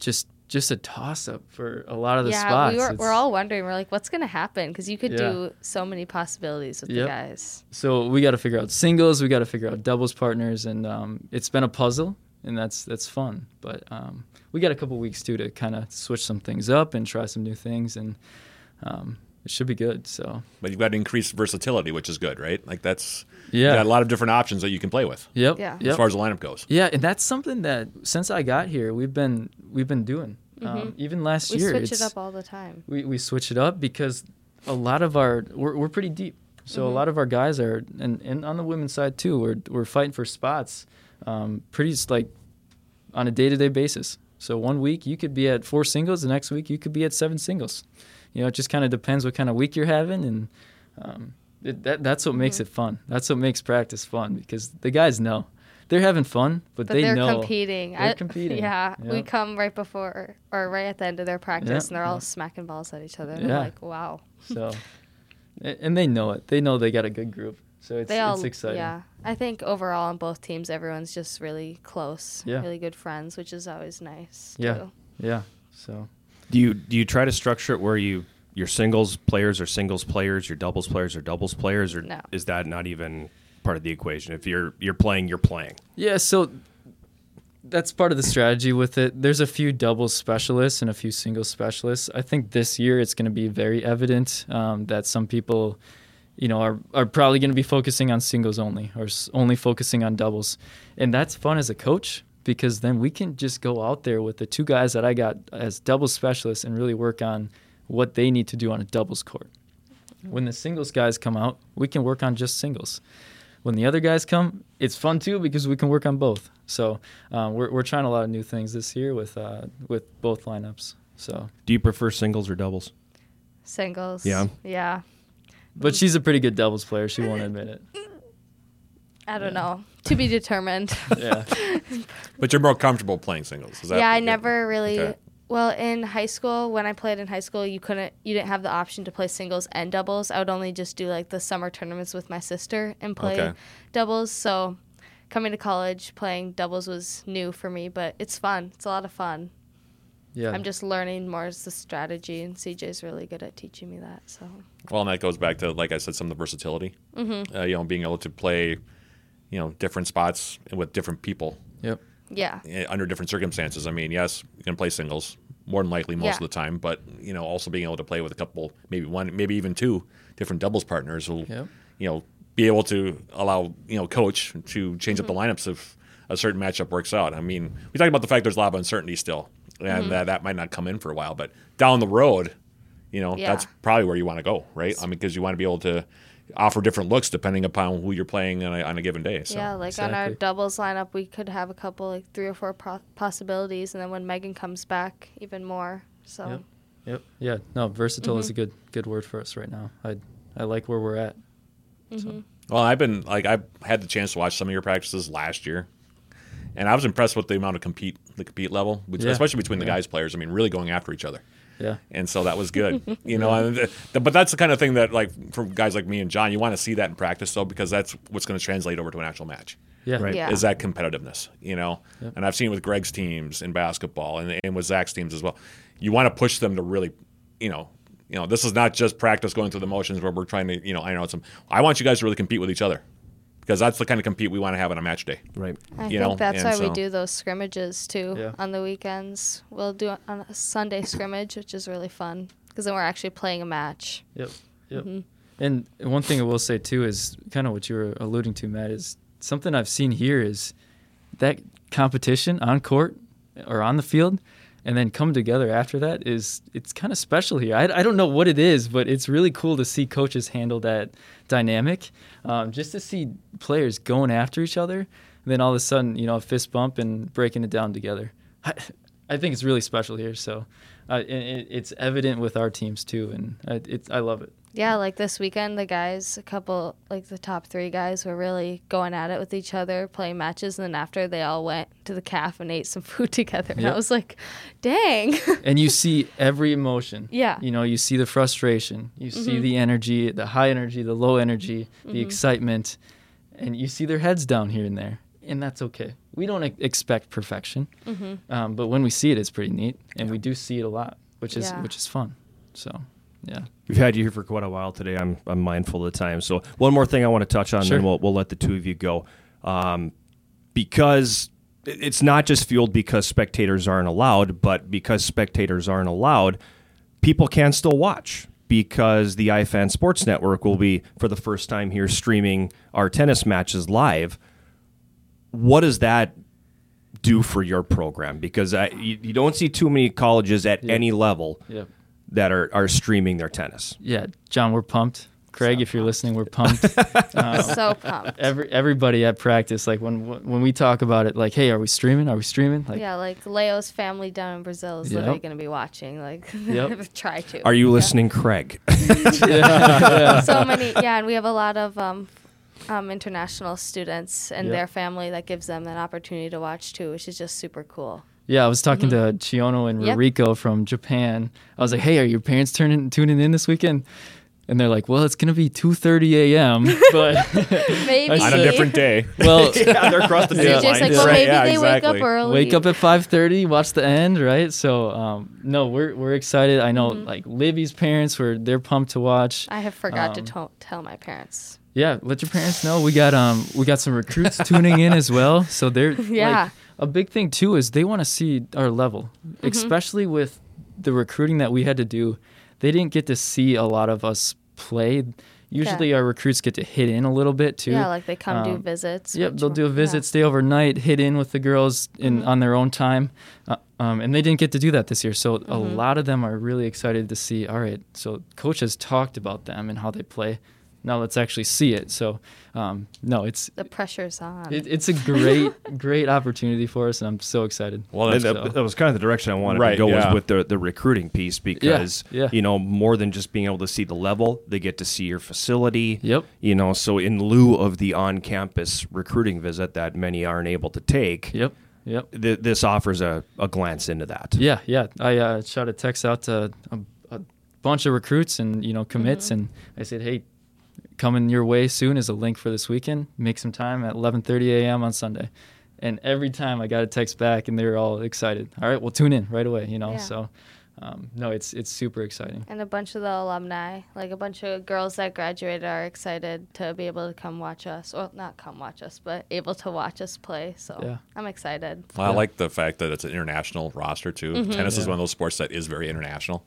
S7: just just a toss up for a lot of the
S8: yeah,
S7: spots.
S8: we were,
S7: It's-
S8: we're all wondering. We're like, what's going to happen? Because you could
S7: Yeah.
S8: do so many possibilities with
S7: Yep.
S8: the guys.
S7: so we got to figure out singles, we got to figure out doubles partners, and um, it's been a puzzle, and that's that's fun. But um, we got a couple weeks too to kind of switch some things up and try some new things, and um, it should be good. So
S2: But you've got increased versatility, which is good, right? Like that's
S7: Yeah.
S2: you got a lot of different options that you can play with
S7: yep,
S8: Yeah. As
S2: as
S7: yep.
S2: far as the lineup goes.
S7: yeah, and that's something that since I got here, we've been we've been doing. Um, even last
S8: Mm-hmm. We
S7: year,
S8: switch it
S7: it's-
S8: up all the time.
S7: we, we switch it up because a lot of our we're, we're pretty deep so
S8: Mm-hmm.
S7: a lot of our guys are and, and on the women's side too we're, we're fighting for spots um, pretty s- like on a day-to-day basis so one week you could be at four singles the next week you could be at seven singles you know it just kind of depends what kind of week you're having and um, it, that, that's what
S8: Mm-hmm.
S7: makes it fun that's what makes practice fun because the guys know they're having fun but,
S8: But
S7: they
S8: are
S7: know
S8: competing. [LAUGHS]
S7: they're competing.
S8: Yeah, we
S7: Yep.
S8: come right before or right at the end of their practice,
S7: Yeah,
S8: and they're all smacking balls at each other. And
S7: Yeah.
S8: I'm like, wow.
S7: so a- and they know it they know they got a good group so it's,
S8: They all,
S7: it's exciting
S8: yeah. I think overall on both teams, everyone's just really close,
S7: Yeah.
S8: really good friends, which is always nice.
S7: Yeah.
S8: too.
S7: Yeah. So
S1: Do you do you try to structure it where you your singles players are singles players, your doubles players are doubles players, or
S8: No.
S1: is that not even part of the equation? If you're you're playing, you're playing.
S7: yeah, so that's part of the strategy with it. There's a few doubles specialists and a few singles specialists. I think this year it's going to be very evident um, that some people, you know, are are probably going to be focusing on singles only or s- only focusing on doubles, and that's fun as a coach because then we can just go out there with the two guys that I got as doubles specialists and really work on what they need to do on a doubles court. When the singles guys come out, we can work on just singles. when the other guys come, it's fun too because we can work on both. So uh, we're we're trying a lot of new things this year with uh, with both lineups. So,
S1: Do you prefer singles or doubles?
S8: Singles.
S1: Yeah.
S8: Yeah.
S7: but she's a pretty good doubles player. She won't admit
S8: [LAUGHS]
S7: it.
S8: I don't know. To be determined. [LAUGHS]
S7: Yeah,
S2: But you're more comfortable playing singles. Is that
S8: yeah, I never really.
S2: Okay.
S8: Well, in high school, when I played in high school, you couldn't, you didn't have the option to play singles and doubles. I would only just do like the summer tournaments with my sister and play
S2: Okay.
S8: doubles. So, coming to college, playing doubles was new for me, but it's fun. It's a lot of fun.
S7: yeah.
S8: I'm just learning more as the strategy, and CJ's really good at teaching me that. So,
S2: Well, and that goes back to like I said, some of the versatility. Mm-hmm. Uh, you know, being able to play, you know, different spots and with different people
S7: yep.
S8: yeah,
S2: eh, under different circumstances. I mean, yes, you can play singles more than likely most
S8: Yeah.
S2: of the time, but you know, also being able to play with a couple, maybe one, maybe even two different doubles partners will,
S7: Yep.
S2: you know, be able to allow you know coach to change up the
S8: Mm-hmm.
S2: lineups if a certain matchup works out. I mean, we talked about the fact there's a lot of uncertainty still, and
S8: Mm-hmm.
S2: that that might not come in for a while, but down the road, you know,
S8: Yeah.
S2: that's probably where you want to go, right? I mean, because you want to be able to offer different looks depending upon who you're playing on a, on a given day. So.
S8: yeah. Like on our
S7: exactly.
S8: doubles lineup, we could have a couple, like three or four pro- possibilities, and then when Megan comes back, even more. So.
S7: Yep. Yep. Yeah. No, versatile
S8: Mm-hmm.
S7: is a good good word for us right now. I I like where we're at.
S2: Well, I've been like I had the chance to watch some of your practices last year, and I was impressed with the amount of compete the compete level, bet-
S7: Yeah.
S2: especially between the guys players. I mean, really going after each other,
S7: Yeah.
S2: and so that was good.
S7: [LAUGHS]
S2: you know, and th- th- but that's the kind of thing that like for guys like me and John, you want to see that in practice though, because that's what's going to translate over to an actual match.
S7: Yeah.
S1: Right.
S8: Yeah.
S2: Is that competitiveness, you know? And I've seen it with Greg's teams in basketball and, and with Zach's teams as well. You want to push them to really, you know, you know, this is not just practice going through the motions where we're trying to, you know, iron out some. I want you guys to really compete with each other because that's the kind of compete we want to have on a match day.
S1: Right.
S8: I
S2: you
S8: think
S2: know,
S8: that's
S2: and
S8: why
S2: so-
S8: we do those scrimmages too
S7: Yeah.
S8: on the weekends. We'll do it on a Sunday scrimmage, which is really fun because then we're actually playing a match.
S7: Yep. Yep.
S8: Mm-hmm.
S7: And one thing I will say too is kind of what you were alluding to, Matt, is something I've seen here is that competition on court or on the field and then come together after that is it's kind of special here. I, I don't know what it is, but it's really cool to see coaches handle that dynamic. Um, just to see players going after each other, and then all of a sudden, you know, a fist bump and breaking it down together. [LAUGHS] I, I think it's really special here. So uh, and it, it's evident with our teams too, and I, it's I love it.
S8: Yeah, like this weekend, the guys, a couple, like the top three guys, were really going at it with each other, playing matches, and then after they all went to the calf and ate some [LAUGHS] food together, and I
S7: Yep.
S8: was like, "Dang!"
S7: and you see every emotion.
S8: Yeah. Mm-hmm.
S7: You know, you see the frustration, you see the energy, the high energy, the low energy, the excitement, and you see their heads down here and there. and that's okay. We don't e- expect perfection,
S8: Mm-hmm.
S7: um, but when we see it, it's pretty neat, and we do see it a lot, which is
S8: Yeah.
S7: which is fun. So, yeah.
S1: We've had you here for quite a while today. I'm, I'm mindful of the time. So one more thing I want to touch on,
S7: Sure.
S1: then we'll, we'll let the two of you go. Um, because it- it's not just fueled because spectators aren't allowed, but because spectators aren't allowed, people can still watch because the iFan Sports Network will be, for the first time here, streaming our tennis matches live. What does that do for your program? Because I, you, you don't see too many colleges at any level
S7: Yep.
S1: that are, are streaming their tennis.
S7: Yeah, John, we're pumped. Craig, if you're listening, we're pumped. [LAUGHS] Uh-huh.
S8: [LAUGHS] so pumped.
S7: Every everybody at practice, like when when we talk about it, like, hey, are we streaming? Are we streaming? [LAUGHS] Like,
S8: yeah, like Leo's family down in Brazil is
S7: Yep.
S8: literally going to be watching. Like, [LAUGHS]
S7: Yep.
S8: try to.
S1: Are you listening, [LAUGHS] Craig?
S7: [LAUGHS]
S8: so many yeah and we have a lot of um, um, international students and
S7: Yep.
S8: their family that gives them an opportunity to watch too which is just super cool
S7: Yeah, I was talking to Chiono and
S8: Yep.
S7: Ruriko from Japan. I was like, "Hey, are your parents turning tuning in this weekend?" And they're like, "Well, it's gonna be 2:30 a.m." But
S8: maybe
S2: on a different
S7: [LAUGHS]
S2: day.
S7: well,
S1: [LAUGHS] yeah, they're across the
S8: It's just like
S7: Yeah.
S8: well
S2: Right,
S8: maybe
S2: yeah,
S8: they wake
S2: exactly.
S8: up early
S7: wake up at 5:30, watch the end, right? So, um, no, we're we're excited. I know, like Libby's parents were they're pumped to watch.
S8: i have forgot
S7: Um,
S8: to to tell my parents
S7: Yeah, let your parents know. We got um we got some recruits tuning in as
S8: [LAUGHS]
S7: well. So they're
S8: Yeah.
S7: like, a big thing too is they want to see our level,
S8: Mm-hmm.
S7: especially with the recruiting that we had to do. They didn't get to see a lot of us play. Usually our recruits get to hit in a little bit too.
S8: yeah like they come do
S7: Um,
S8: visits
S7: Yep,
S8: which
S7: they'll
S8: were-
S7: do a
S8: yeah.
S7: visit, stay overnight, hit in with the girls in on their own time, uh, um, and they didn't get to do that this year. So a lot of them are really excited to see. All right, so coach has talked about them and how they play. Now let's actually see it. So um, no, it's
S8: the pressure's on
S7: it, it's a great great opportunity for us, and I'm so excited.
S2: Well,
S1: And
S2: that's-
S1: that, that was kind of the direction I wanted to
S2: Right,
S1: go
S2: yeah.
S1: was with the, the recruiting piece because
S7: yeah.
S1: you know more than just being able to see the level, they get to see your facility.
S7: Yep.
S1: You know, so in lieu of the on-campus recruiting visit that many aren't able to take,
S7: yep, yep.
S1: th- this offers a, a glance into that.
S7: Yeah, yeah. I uh, shot a text out to a, a bunch of recruits and you know commits,
S8: Mm-hmm.
S7: and I said, "Hey, coming your way soon is a link for this weekend. Make some time at 11:30 a.m. on Sunday." And every time I got a text back, and they were all excited. All right, well, tune in right away. You know,
S8: Yeah.
S7: so um, no, it's it's super exciting.
S8: and a bunch of the alumni like a bunch of girls that graduated are excited to be able to come watch us or not come watch us but able to watch us play so
S7: Yeah.
S8: i'm excited
S2: Well, I like the fact that it's an international roster too. Tennis is one of those sports that is very international.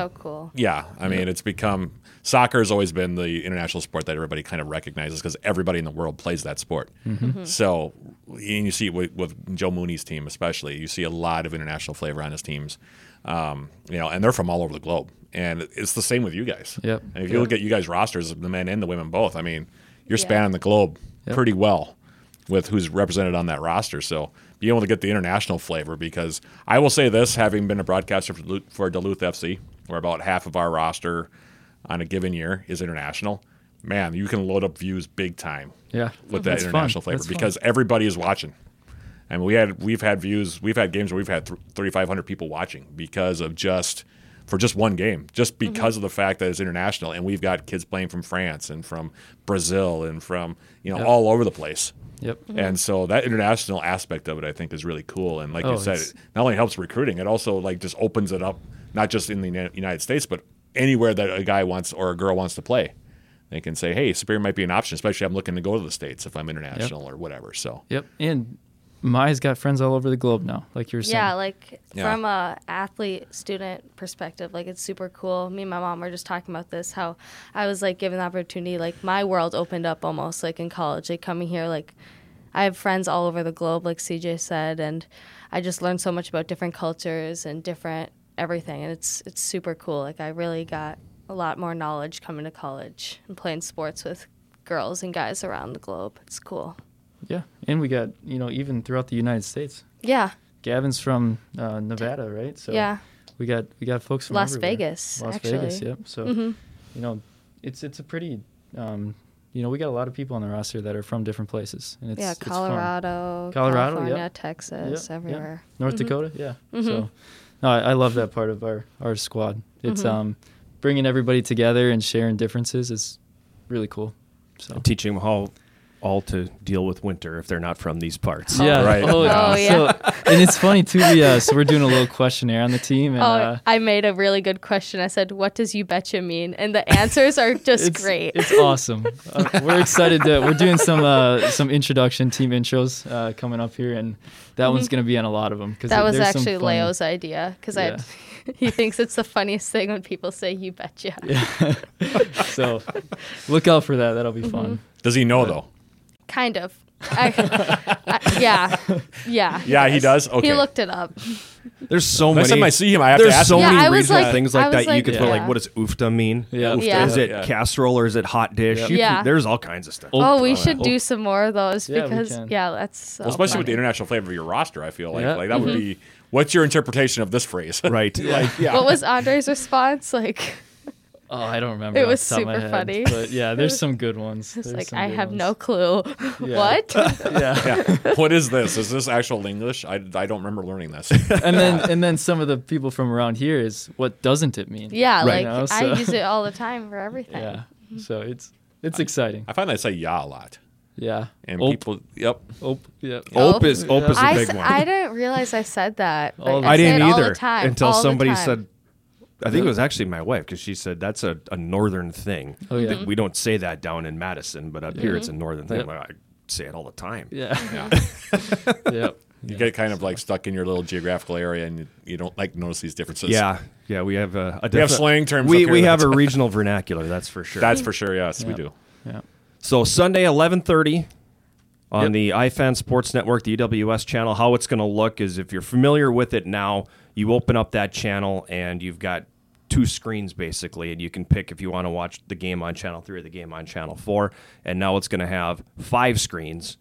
S8: so cool
S2: Yeah, I mean, it's become soccer has always been the international sport that everybody kind of recognizes because everybody in the world plays that sport. So, and you see it with, with Joe Mooney's team, especially, you see a lot of international flavor on his teams. Um, you know, and they're from all over the globe, and it's the same with you guys.
S7: Yep.
S2: And if you look at you guys rosters, the men and the women both. I mean, you're
S8: Yeah.
S2: spanning the globe pretty well with who's represented on that roster. So being able to get the international flavor, because I will say this, having been a broadcaster for Duluth, for Duluth FC, where about half of our roster on a given year is international, man, you can load up views big time
S7: Yeah,
S2: with that
S7: That's fun.
S2: international flavor
S7: That's fun.
S2: because everybody is watching. And we had we've had views, we've had games where we've had th- 3,500 people watching because of just for just one game, just
S7: Mm-hmm.
S2: because of the fact that it's international, and we've got kids playing from France and from Brazil and from you know all over the place.
S7: Yep.
S2: And so that international aspect of it, I think, is really cool. And like
S7: Oh,
S2: you said,
S7: it's-
S2: it not only helps recruiting, it also like just opens it up, not just in the Uni- United States, but anywhere that a guy wants or a girl wants to play. They can say, hey, Superior might be an option, especially if I'm looking to go to the States if I'm international or whatever. So,
S7: Yep. And Mai's got friends all over the globe now, like you were saying.
S8: Yeah, like
S2: Yeah.
S8: from a athlete student perspective, like it's super cool. Me and my mom were just talking about this how I was like given the opportunity, like my world opened up almost like in college, like coming here, like I have friends all over the globe, like CJ said, and I just learned so much about different cultures and different everything, and it's it's super cool. Like I really got a lot more knowledge coming to college and playing sports with girls and guys around the globe. It's cool.
S7: yeah. And we got you know even throughout the United States.
S8: Yeah,
S7: Gavin's from uh, Nevada, right? So
S8: yeah.
S7: We got we got folks from
S8: Las
S7: everywhere.
S8: Vegas,
S7: Las
S8: actually. Mm-hmm.
S7: Vegas, yep. So you know, it's it's a pretty, um, you know, we got a lot of people on the roster that are from different places, and it's
S8: yeah,
S7: it's fun.
S8: Colorado,
S7: Colorado,
S8: California,
S7: yep. Yep,
S8: Texas,
S7: yep.
S8: everywhere. Mm-hmm.
S7: North Dakota, yeah. So no, I, I love that part of our our squad. It's
S8: Mm-hmm.
S7: um, bringing everybody together and sharing differences is really cool. So
S1: Teaching them how all to deal with winter if they're not from these parts.
S7: Yeah.
S2: Right.
S7: Oh, [LAUGHS]
S8: Oh,
S7: So, and it's funny too. We, uh, so we're doing a little questionnaire on the team, and
S8: Oh,
S7: uh,
S8: I made a really good question. I said, "What does you betcha mean?" And the
S7: [LAUGHS]
S8: answers are just
S7: it's
S8: great.
S7: It's
S8: [LAUGHS]
S7: awesome. Uh, we're excited to. We're doing some uh, some introduction team intros uh, coming up here, and that one's going to be on a lot of them because
S8: Mm-hmm. that was actually Leo's idea because
S7: Yeah.
S8: [LAUGHS] he thinks it's the funniest thing when people say "you betcha."
S7: So look out for that. That'll be fun.
S8: Mm-hmm.
S2: Does he know though?
S7: [LAUGHS]
S8: Kind of. I, I- yeah, yeah.
S2: Yeah, he does. Okay.
S8: He looked it up.
S1: There's so
S2: Next
S1: many.
S2: time I see him, I have to
S1: there's
S2: ask
S1: so
S8: him. Yeah, I
S1: many
S8: was
S1: regional
S8: like-
S1: things like
S8: I
S1: that
S8: was
S1: you
S8: like,
S1: could put. Like,
S8: yeah.
S1: what does oofta mean?
S7: Yeah.
S2: Oof,
S8: Yeah.
S1: Is it
S2: Yeah.
S1: casserole or is it hot dish? You could-
S8: Yeah.
S1: there's all kinds of stuff.
S8: Oh, we
S7: uh,
S8: should do some more of those
S7: Yeah, we
S8: because
S7: can.
S8: yeah, that's so
S2: Well, especially with the
S8: funny.
S2: international flavor of your roster, I feel like
S7: Yeah. Mm-hmm.
S2: like that would be. What's your interpretation of this phrase?
S1: [LAUGHS] Right.
S2: like [LAUGHS] yeah.
S8: What was Andre's response? Like, [LAUGHS]
S7: Oh, I don't remember.
S8: It
S7: off the
S8: was
S7: top of my
S8: super
S7: head,
S8: funny.
S7: But
S8: [LAUGHS]
S7: yeah, there's some good ones.
S8: it's
S7: There's
S8: like
S7: some
S8: I
S7: good
S8: have
S7: ones.
S8: no clue. [LAUGHS]
S7: Yeah. [LAUGHS]
S8: what?
S7: Yeah.
S8: [LAUGHS]
S2: yeah. What is this? Is this actual English? I, I don't remember learning
S1: [LAUGHS]
S2: this.
S7: and then and then some of the people from around here is what doesn't it mean?
S8: Yeah, Mm-hmm.
S1: Right.
S8: like
S7: You know,
S8: I
S7: so-
S8: use it all
S7: [LAUGHS]
S8: the time for everything.
S7: Yeah. So it's it's exciting.
S2: I find I say yeah a lot,
S7: Yeah.
S2: and
S7: Ope,
S2: people. Yep.
S7: ope, yeah.
S8: Ope.
S1: Ope is ope is
S8: I,
S1: a
S8: s-
S1: big one.
S8: I didn't realize I said that. but
S7: All the
S8: I,
S1: I
S8: say
S1: didn't
S8: it all
S1: either
S8: the time,
S1: until
S8: all the
S1: somebody
S8: time.
S1: said. I think it was actually my wife because she said that's a, a northern thing.
S7: Oh, yeah.
S1: That We don't say that down in Madison, but up here it's a northern thing.
S7: Yep.
S1: Like, I say it all the time.
S7: Yeah. [LAUGHS] yeah.
S2: You get kind of like stuck in your little geographical area, and you, you don't like notice these differences.
S1: Yeah, yeah, we have a, a
S2: We
S1: defi-
S2: have slang terms
S1: We,
S2: up here
S1: we have
S2: that's-
S1: a regional vernacular, that's for sure.
S2: that's for sure. Yes, we do.
S7: Yeah.
S1: so Sunday, eleven thirty, on
S7: Yep.
S1: the iFan Sports Network, the EWS channel. How it's going to look is if you're familiar with it now, you open up that channel and you've got two screens basically, and you can pick if you want to watch the game on channel three or the game on channel four. And now it's going to have five screens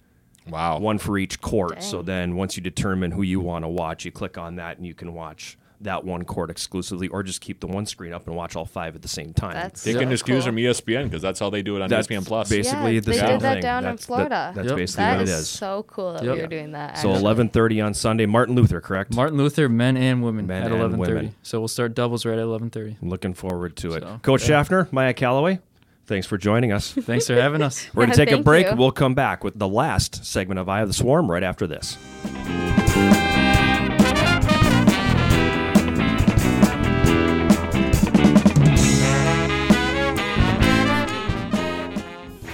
S2: Wow.
S1: one for each court. So then once you determine who you want to watch, you click on that and you can watch that one court exclusively, or just keep the one screen up and watch all five at the same time.
S8: That's
S2: They
S8: so
S2: can just use
S8: cool.
S2: from E ESPN because that's how they do it on E
S1: That's
S2: ESPN Plus.
S1: basically
S8: Yeah,
S1: the
S8: they
S1: same
S8: did that
S1: thing.
S8: down in
S1: that's,
S8: Florida.
S1: That, that's
S7: Yep.
S1: basically
S8: That
S1: what
S8: is
S1: it is. So,
S8: so cool that
S7: Yep.
S8: we were doing that. actually.
S1: [LAUGHS] 11:30 on Sunday, Martin Luther, correct?
S7: Martin Luther, men and women
S1: Men
S7: at
S1: and
S7: eleven thirty.
S1: women.
S7: So we'll start doubles right at eleven thirty.
S1: Looking forward to it.
S7: So,
S1: Coach
S7: yeah.
S1: Schaffner, Maya Calloway, thanks for joining
S8: [LAUGHS]
S1: us.
S7: Thanks for having us.
S1: We're going
S8: Yeah,
S1: to take a
S8: thank
S1: break.
S8: you.
S1: We'll come back with the last segment of Eye of the Swarm right after this.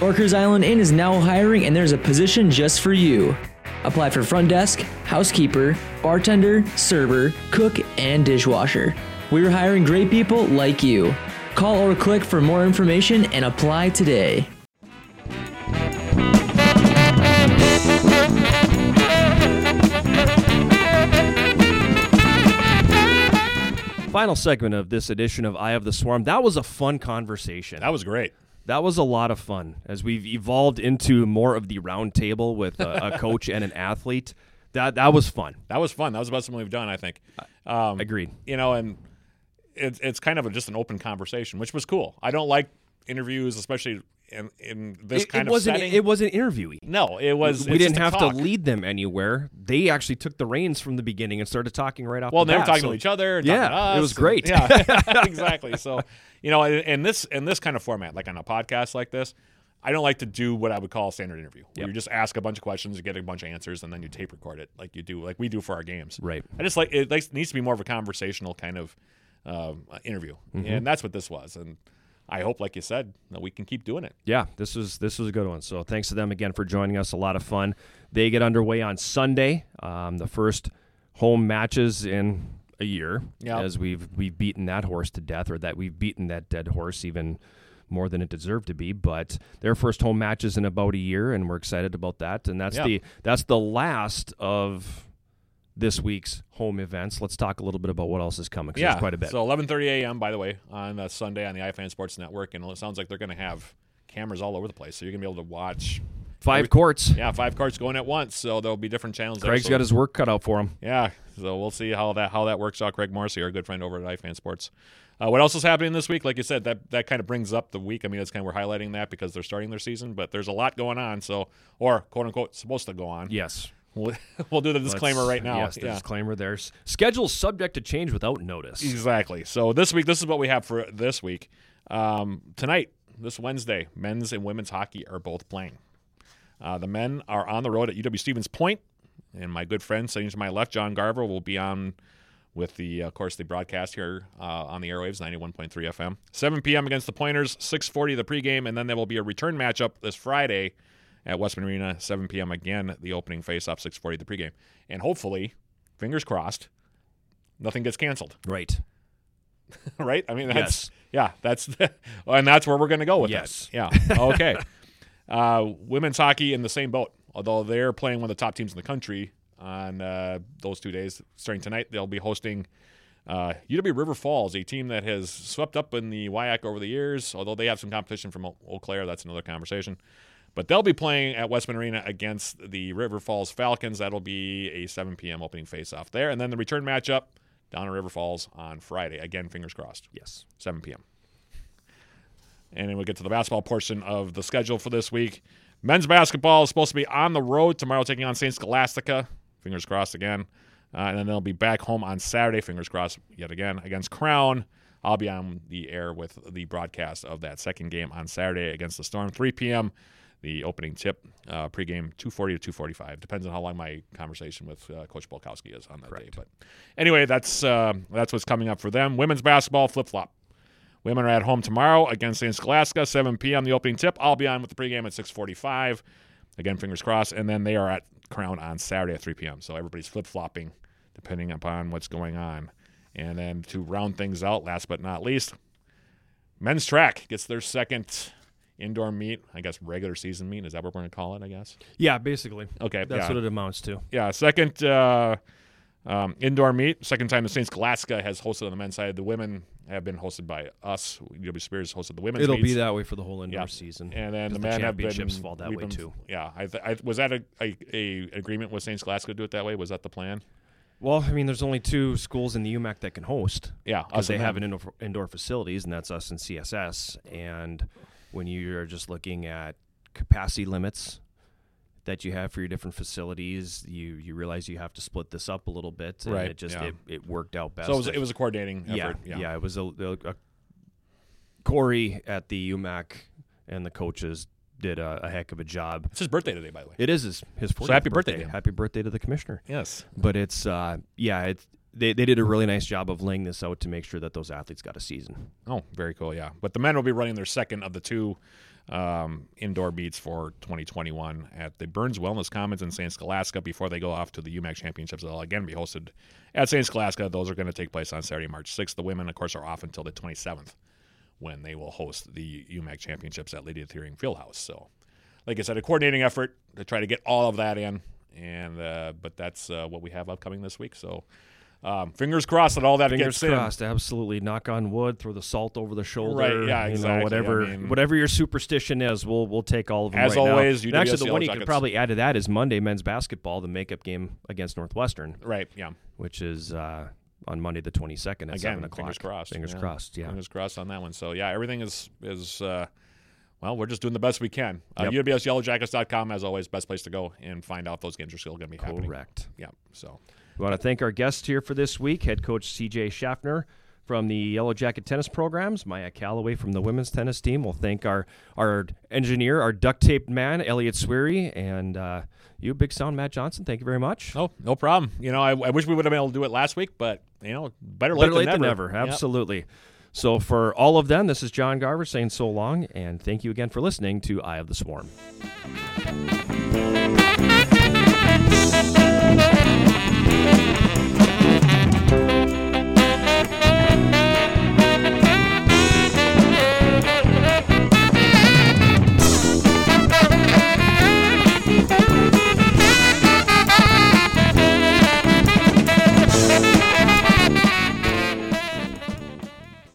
S9: Orchards Island Inn is now hiring, and there's a position just for you. Apply for front desk, housekeeper, bartender, server, cook, and dishwasher. We're hiring great people like you. Call or click for more information and apply today.
S1: Final segment of this edition of Eye of the Swarm. That was a fun conversation.
S2: That was great.
S1: That was a lot of fun as we've evolved into more of the round table with a, a coach and an athlete. That that was fun.
S2: That was fun. That was the best thing we've done, I think.
S1: Uh,
S2: Um,
S1: Agreed.
S2: You know, and it's it's kind of a, just an open conversation, which was cool. I don't like interviews, especially in, in this
S1: It,
S2: kind
S1: it
S2: of
S1: wasn't
S2: setting.
S1: it wasn't interviewing.
S2: no, it was.
S1: We
S2: it's
S1: didn't
S2: just a
S1: have
S2: talk.
S1: to lead them anywhere. They actually took the reins from the beginning and started talking right off.
S2: Well,
S1: the
S2: they were
S1: bat,
S2: talking
S1: so-
S2: to each other. and
S1: Yeah,
S2: talking to us,
S1: it was
S2: and-
S1: great. [LAUGHS]
S2: yeah, [LAUGHS] exactly. So, you know, in, in this in this kind of format, like on a podcast like this, I don't like to do what I would call a standard interview, where you just ask a bunch of questions, you get a bunch of answers, and then you tape record it, like you do, like we do for our games.
S1: Right.
S2: I just like it. Like, needs to be more of a conversational kind of um, uh, interview,
S1: Mm-hmm.
S2: and that's what this was. And I hope, like you said, that we can keep doing it.
S1: Yeah, this was this was a good one. So thanks to them again for joining us. A lot of fun. They get underway on Sunday. Um, the first home matches in a year.
S2: Yep.
S1: As we've we've beaten that horse to death, or that we've beaten that dead horse even more than it deserved to be. But their first home matches in about a year, and we're excited about that. And that's
S2: Yeah.
S1: the that's the last of this week's home events. Let's talk a little bit about what else is coming. 'cause there's quite a bit.
S2: So 11:30 a.m. by the way on uh, Sunday on the iFan Sports Network, and it sounds like they're going to have cameras all over the place, so you're going to be able to watch.
S1: Five courts.
S2: Yeah, five carts going at once, so there'll be different channels. there,
S1: Craig's
S2: so-
S1: got his work cut out for him.
S2: Yeah, so we'll see how that how that works out. Craig Morrissey, our good friend over at iFan Sports. Uh, what else is happening this week? Like you said, that that kind of brings up the week. I mean, that's kind of we're highlighting that because they're starting their season, but there's a lot going on. So, or quote unquote, supposed to go on.
S1: Yes.
S2: we'll, [LAUGHS] we'll do the disclaimer
S1: Let's-
S2: right now.
S1: Yes, the
S2: Yeah.
S1: disclaimer there. S- Schedule's subject to change without notice.
S2: Exactly. So this week, this is what we have for this week. Um, tonight, this Wednesday, men's and women's hockey are both playing. Uh, the men are on the road at UW Stevens Point, and my good friend sitting to my left, John Garver, will be on with the, of course, the broadcast here uh, on the airwaves, 91.3 FM. 7 p.m. against the Pointers, 6:40 the pregame, and then there will be a return matchup this Friday at Westman Arena, 7 p.m. again, the opening faceoff, 6:40 the pregame, and hopefully, fingers crossed, nothing gets canceled,
S1: Right.
S2: [LAUGHS] right? I mean,
S1: Yes.
S2: that's yeah, that's the, [LAUGHS] and that's where we're going to go with
S1: Yes.
S2: that. Yeah. Okay. uh, women's hockey in the same boat, although they're playing one of the top teams in the country on uh, those two days. Starting tonight, they'll be hosting uh, UW River Falls, a team that has swept up in the WIAC over the years, although they have some competition from Eau Eau Claire. That's another conversation. But they'll be playing at Westman Arena against the River Falls Falcons. That'll be a 7 p.m. opening faceoff there. And then the return matchup down at River Falls on Friday. Again, fingers crossed.
S1: Yes.
S2: 7 p.m. And then we'll get to the basketball portion of the schedule for this week. Men's basketball is supposed to be on the road tomorrow, taking on St. Scholastica. Fingers crossed again. Uh, and then they'll be back home on Saturday, fingers crossed yet again, against Crown. I'll be on the air with the broadcast of that second game on Saturday against the Storm, 3 p.m. The opening tip, uh, pregame 240 to 245. Depends on how long my conversation with uh, Coach Bolkowski is on that day. But anyway, that's uh, that's what's coming up for them. Women's basketball flip flop. Women are at home tomorrow against St. Scholastica, 7 p.m. The opening tip. I'll be on with the pregame at 6:45. Again, fingers crossed. And then they are at Crown on Saturday at 3 p.m. So everybody's flip flopping depending upon what's going on. And then to round things out, last but not least, men's track gets their second indoor meet. I guess regular season meet is that what we're going to call it? I guess.
S1: Yeah, basically.
S2: Okay,
S1: That's
S2: yeah.
S1: what it amounts to.
S2: Yeah, second uh, um, indoor meet. Second time the Saints Galaska has hosted on the men's side. The women have been hosted by us. UW Spears hosted the women's.
S1: It'll
S2: meets.
S1: be that way for the whole indoor season.
S2: And then
S1: 'Cause
S2: the men have been
S1: championships fall that
S2: we've
S1: way
S2: been-
S1: too.
S2: Yeah, I, th- I was that a, a, a agreement with Saints Glasgow to do it that way? Was that the plan?
S1: Well, I mean, there's only two schools in the UMAC that can host.
S2: Yeah, us
S1: because they
S2: and
S1: have
S2: them.
S1: an indoor, indoor facilities, and that's us and CSS. And when you're just looking at capacity limits that you have for your different facilities, you you realize you have to split this up a little bit, and
S2: Right,
S1: it just
S2: yeah.
S1: it, it worked out best.
S2: So it was,
S1: if-
S2: it was a coordinating
S1: yeah,
S2: effort.
S1: yeah, It was a, a, a Corey at the UMAC and the coaches did a, a heck of a job.
S2: It's his birthday today, by the way.
S1: It is his, his 40th
S2: happy birthday to him.
S1: Happy birthday to the commissioner
S2: yes.
S1: but it's uh, yeah, it's, they they did a really nice job of laying this out to make sure that those athletes got a season.
S2: Oh, very cool. Yeah, but the men will be running their second of the two um, indoor meets for 2021 at the Burns Wellness Commons in Saint Alaska before they go off to the UMAC Championships. They'll again be hosted at Saint Alaska. Those are going to take place on Saturday, March 6th. The women, of course, are off until the 27th when they will host the UMAC Championships at Lydia Thiering Fieldhouse. So, like I said, a coordinating effort to try to get all of that in. And uh, but that's uh, what we have upcoming this week. So. Um, fingers crossed that all that
S1: Fingers
S2: gets in.
S1: crossed, absolutely. Knock on wood. Throw the salt over the shoulder.
S2: Right, yeah,
S1: you
S2: exactly. I
S1: Know, whatever,
S2: mean-
S1: whatever your superstition is, we'll we'll take all of them.
S2: As
S1: right now.
S2: always,
S1: And
S2: UWS
S1: actually, the
S2: Yellow
S1: one you could
S2: Jackets.
S1: probably add to that is Monday men's basketball, the makeup game against Northwestern,
S2: Right. Yeah.
S1: which is uh, on Monday the twenty second at
S2: Again,
S1: seven o'clock.
S2: fingers crossed.
S1: Fingers
S2: yeah.
S1: crossed. Yeah.
S2: Fingers crossed on that one. So yeah, everything is is uh, well, we're just doing the best we can. Uh, UWSYellowJackets.com, as always, best place to go and find out if those games are still going to be happening.
S1: Correct.
S2: Yeah. So
S1: We want to thank our guests here for this week head coach CJ Schaffner from the Yellow Jacket tennis programs, Maya Calloway from the women's tennis team. We'll thank our, our engineer, our duct taped man, Elliot Sweary, and uh, you, Big Sound Matt Johnson. Thank you very much.
S2: no, no problem. You know, I, I wish we would have been able to do it last week, but you know, better,
S1: Better
S2: late,
S1: late than never.
S2: Yep.
S1: Absolutely. So, for all of them, this is John Garver saying so long, and thank you again for listening to Eye of the Swarm.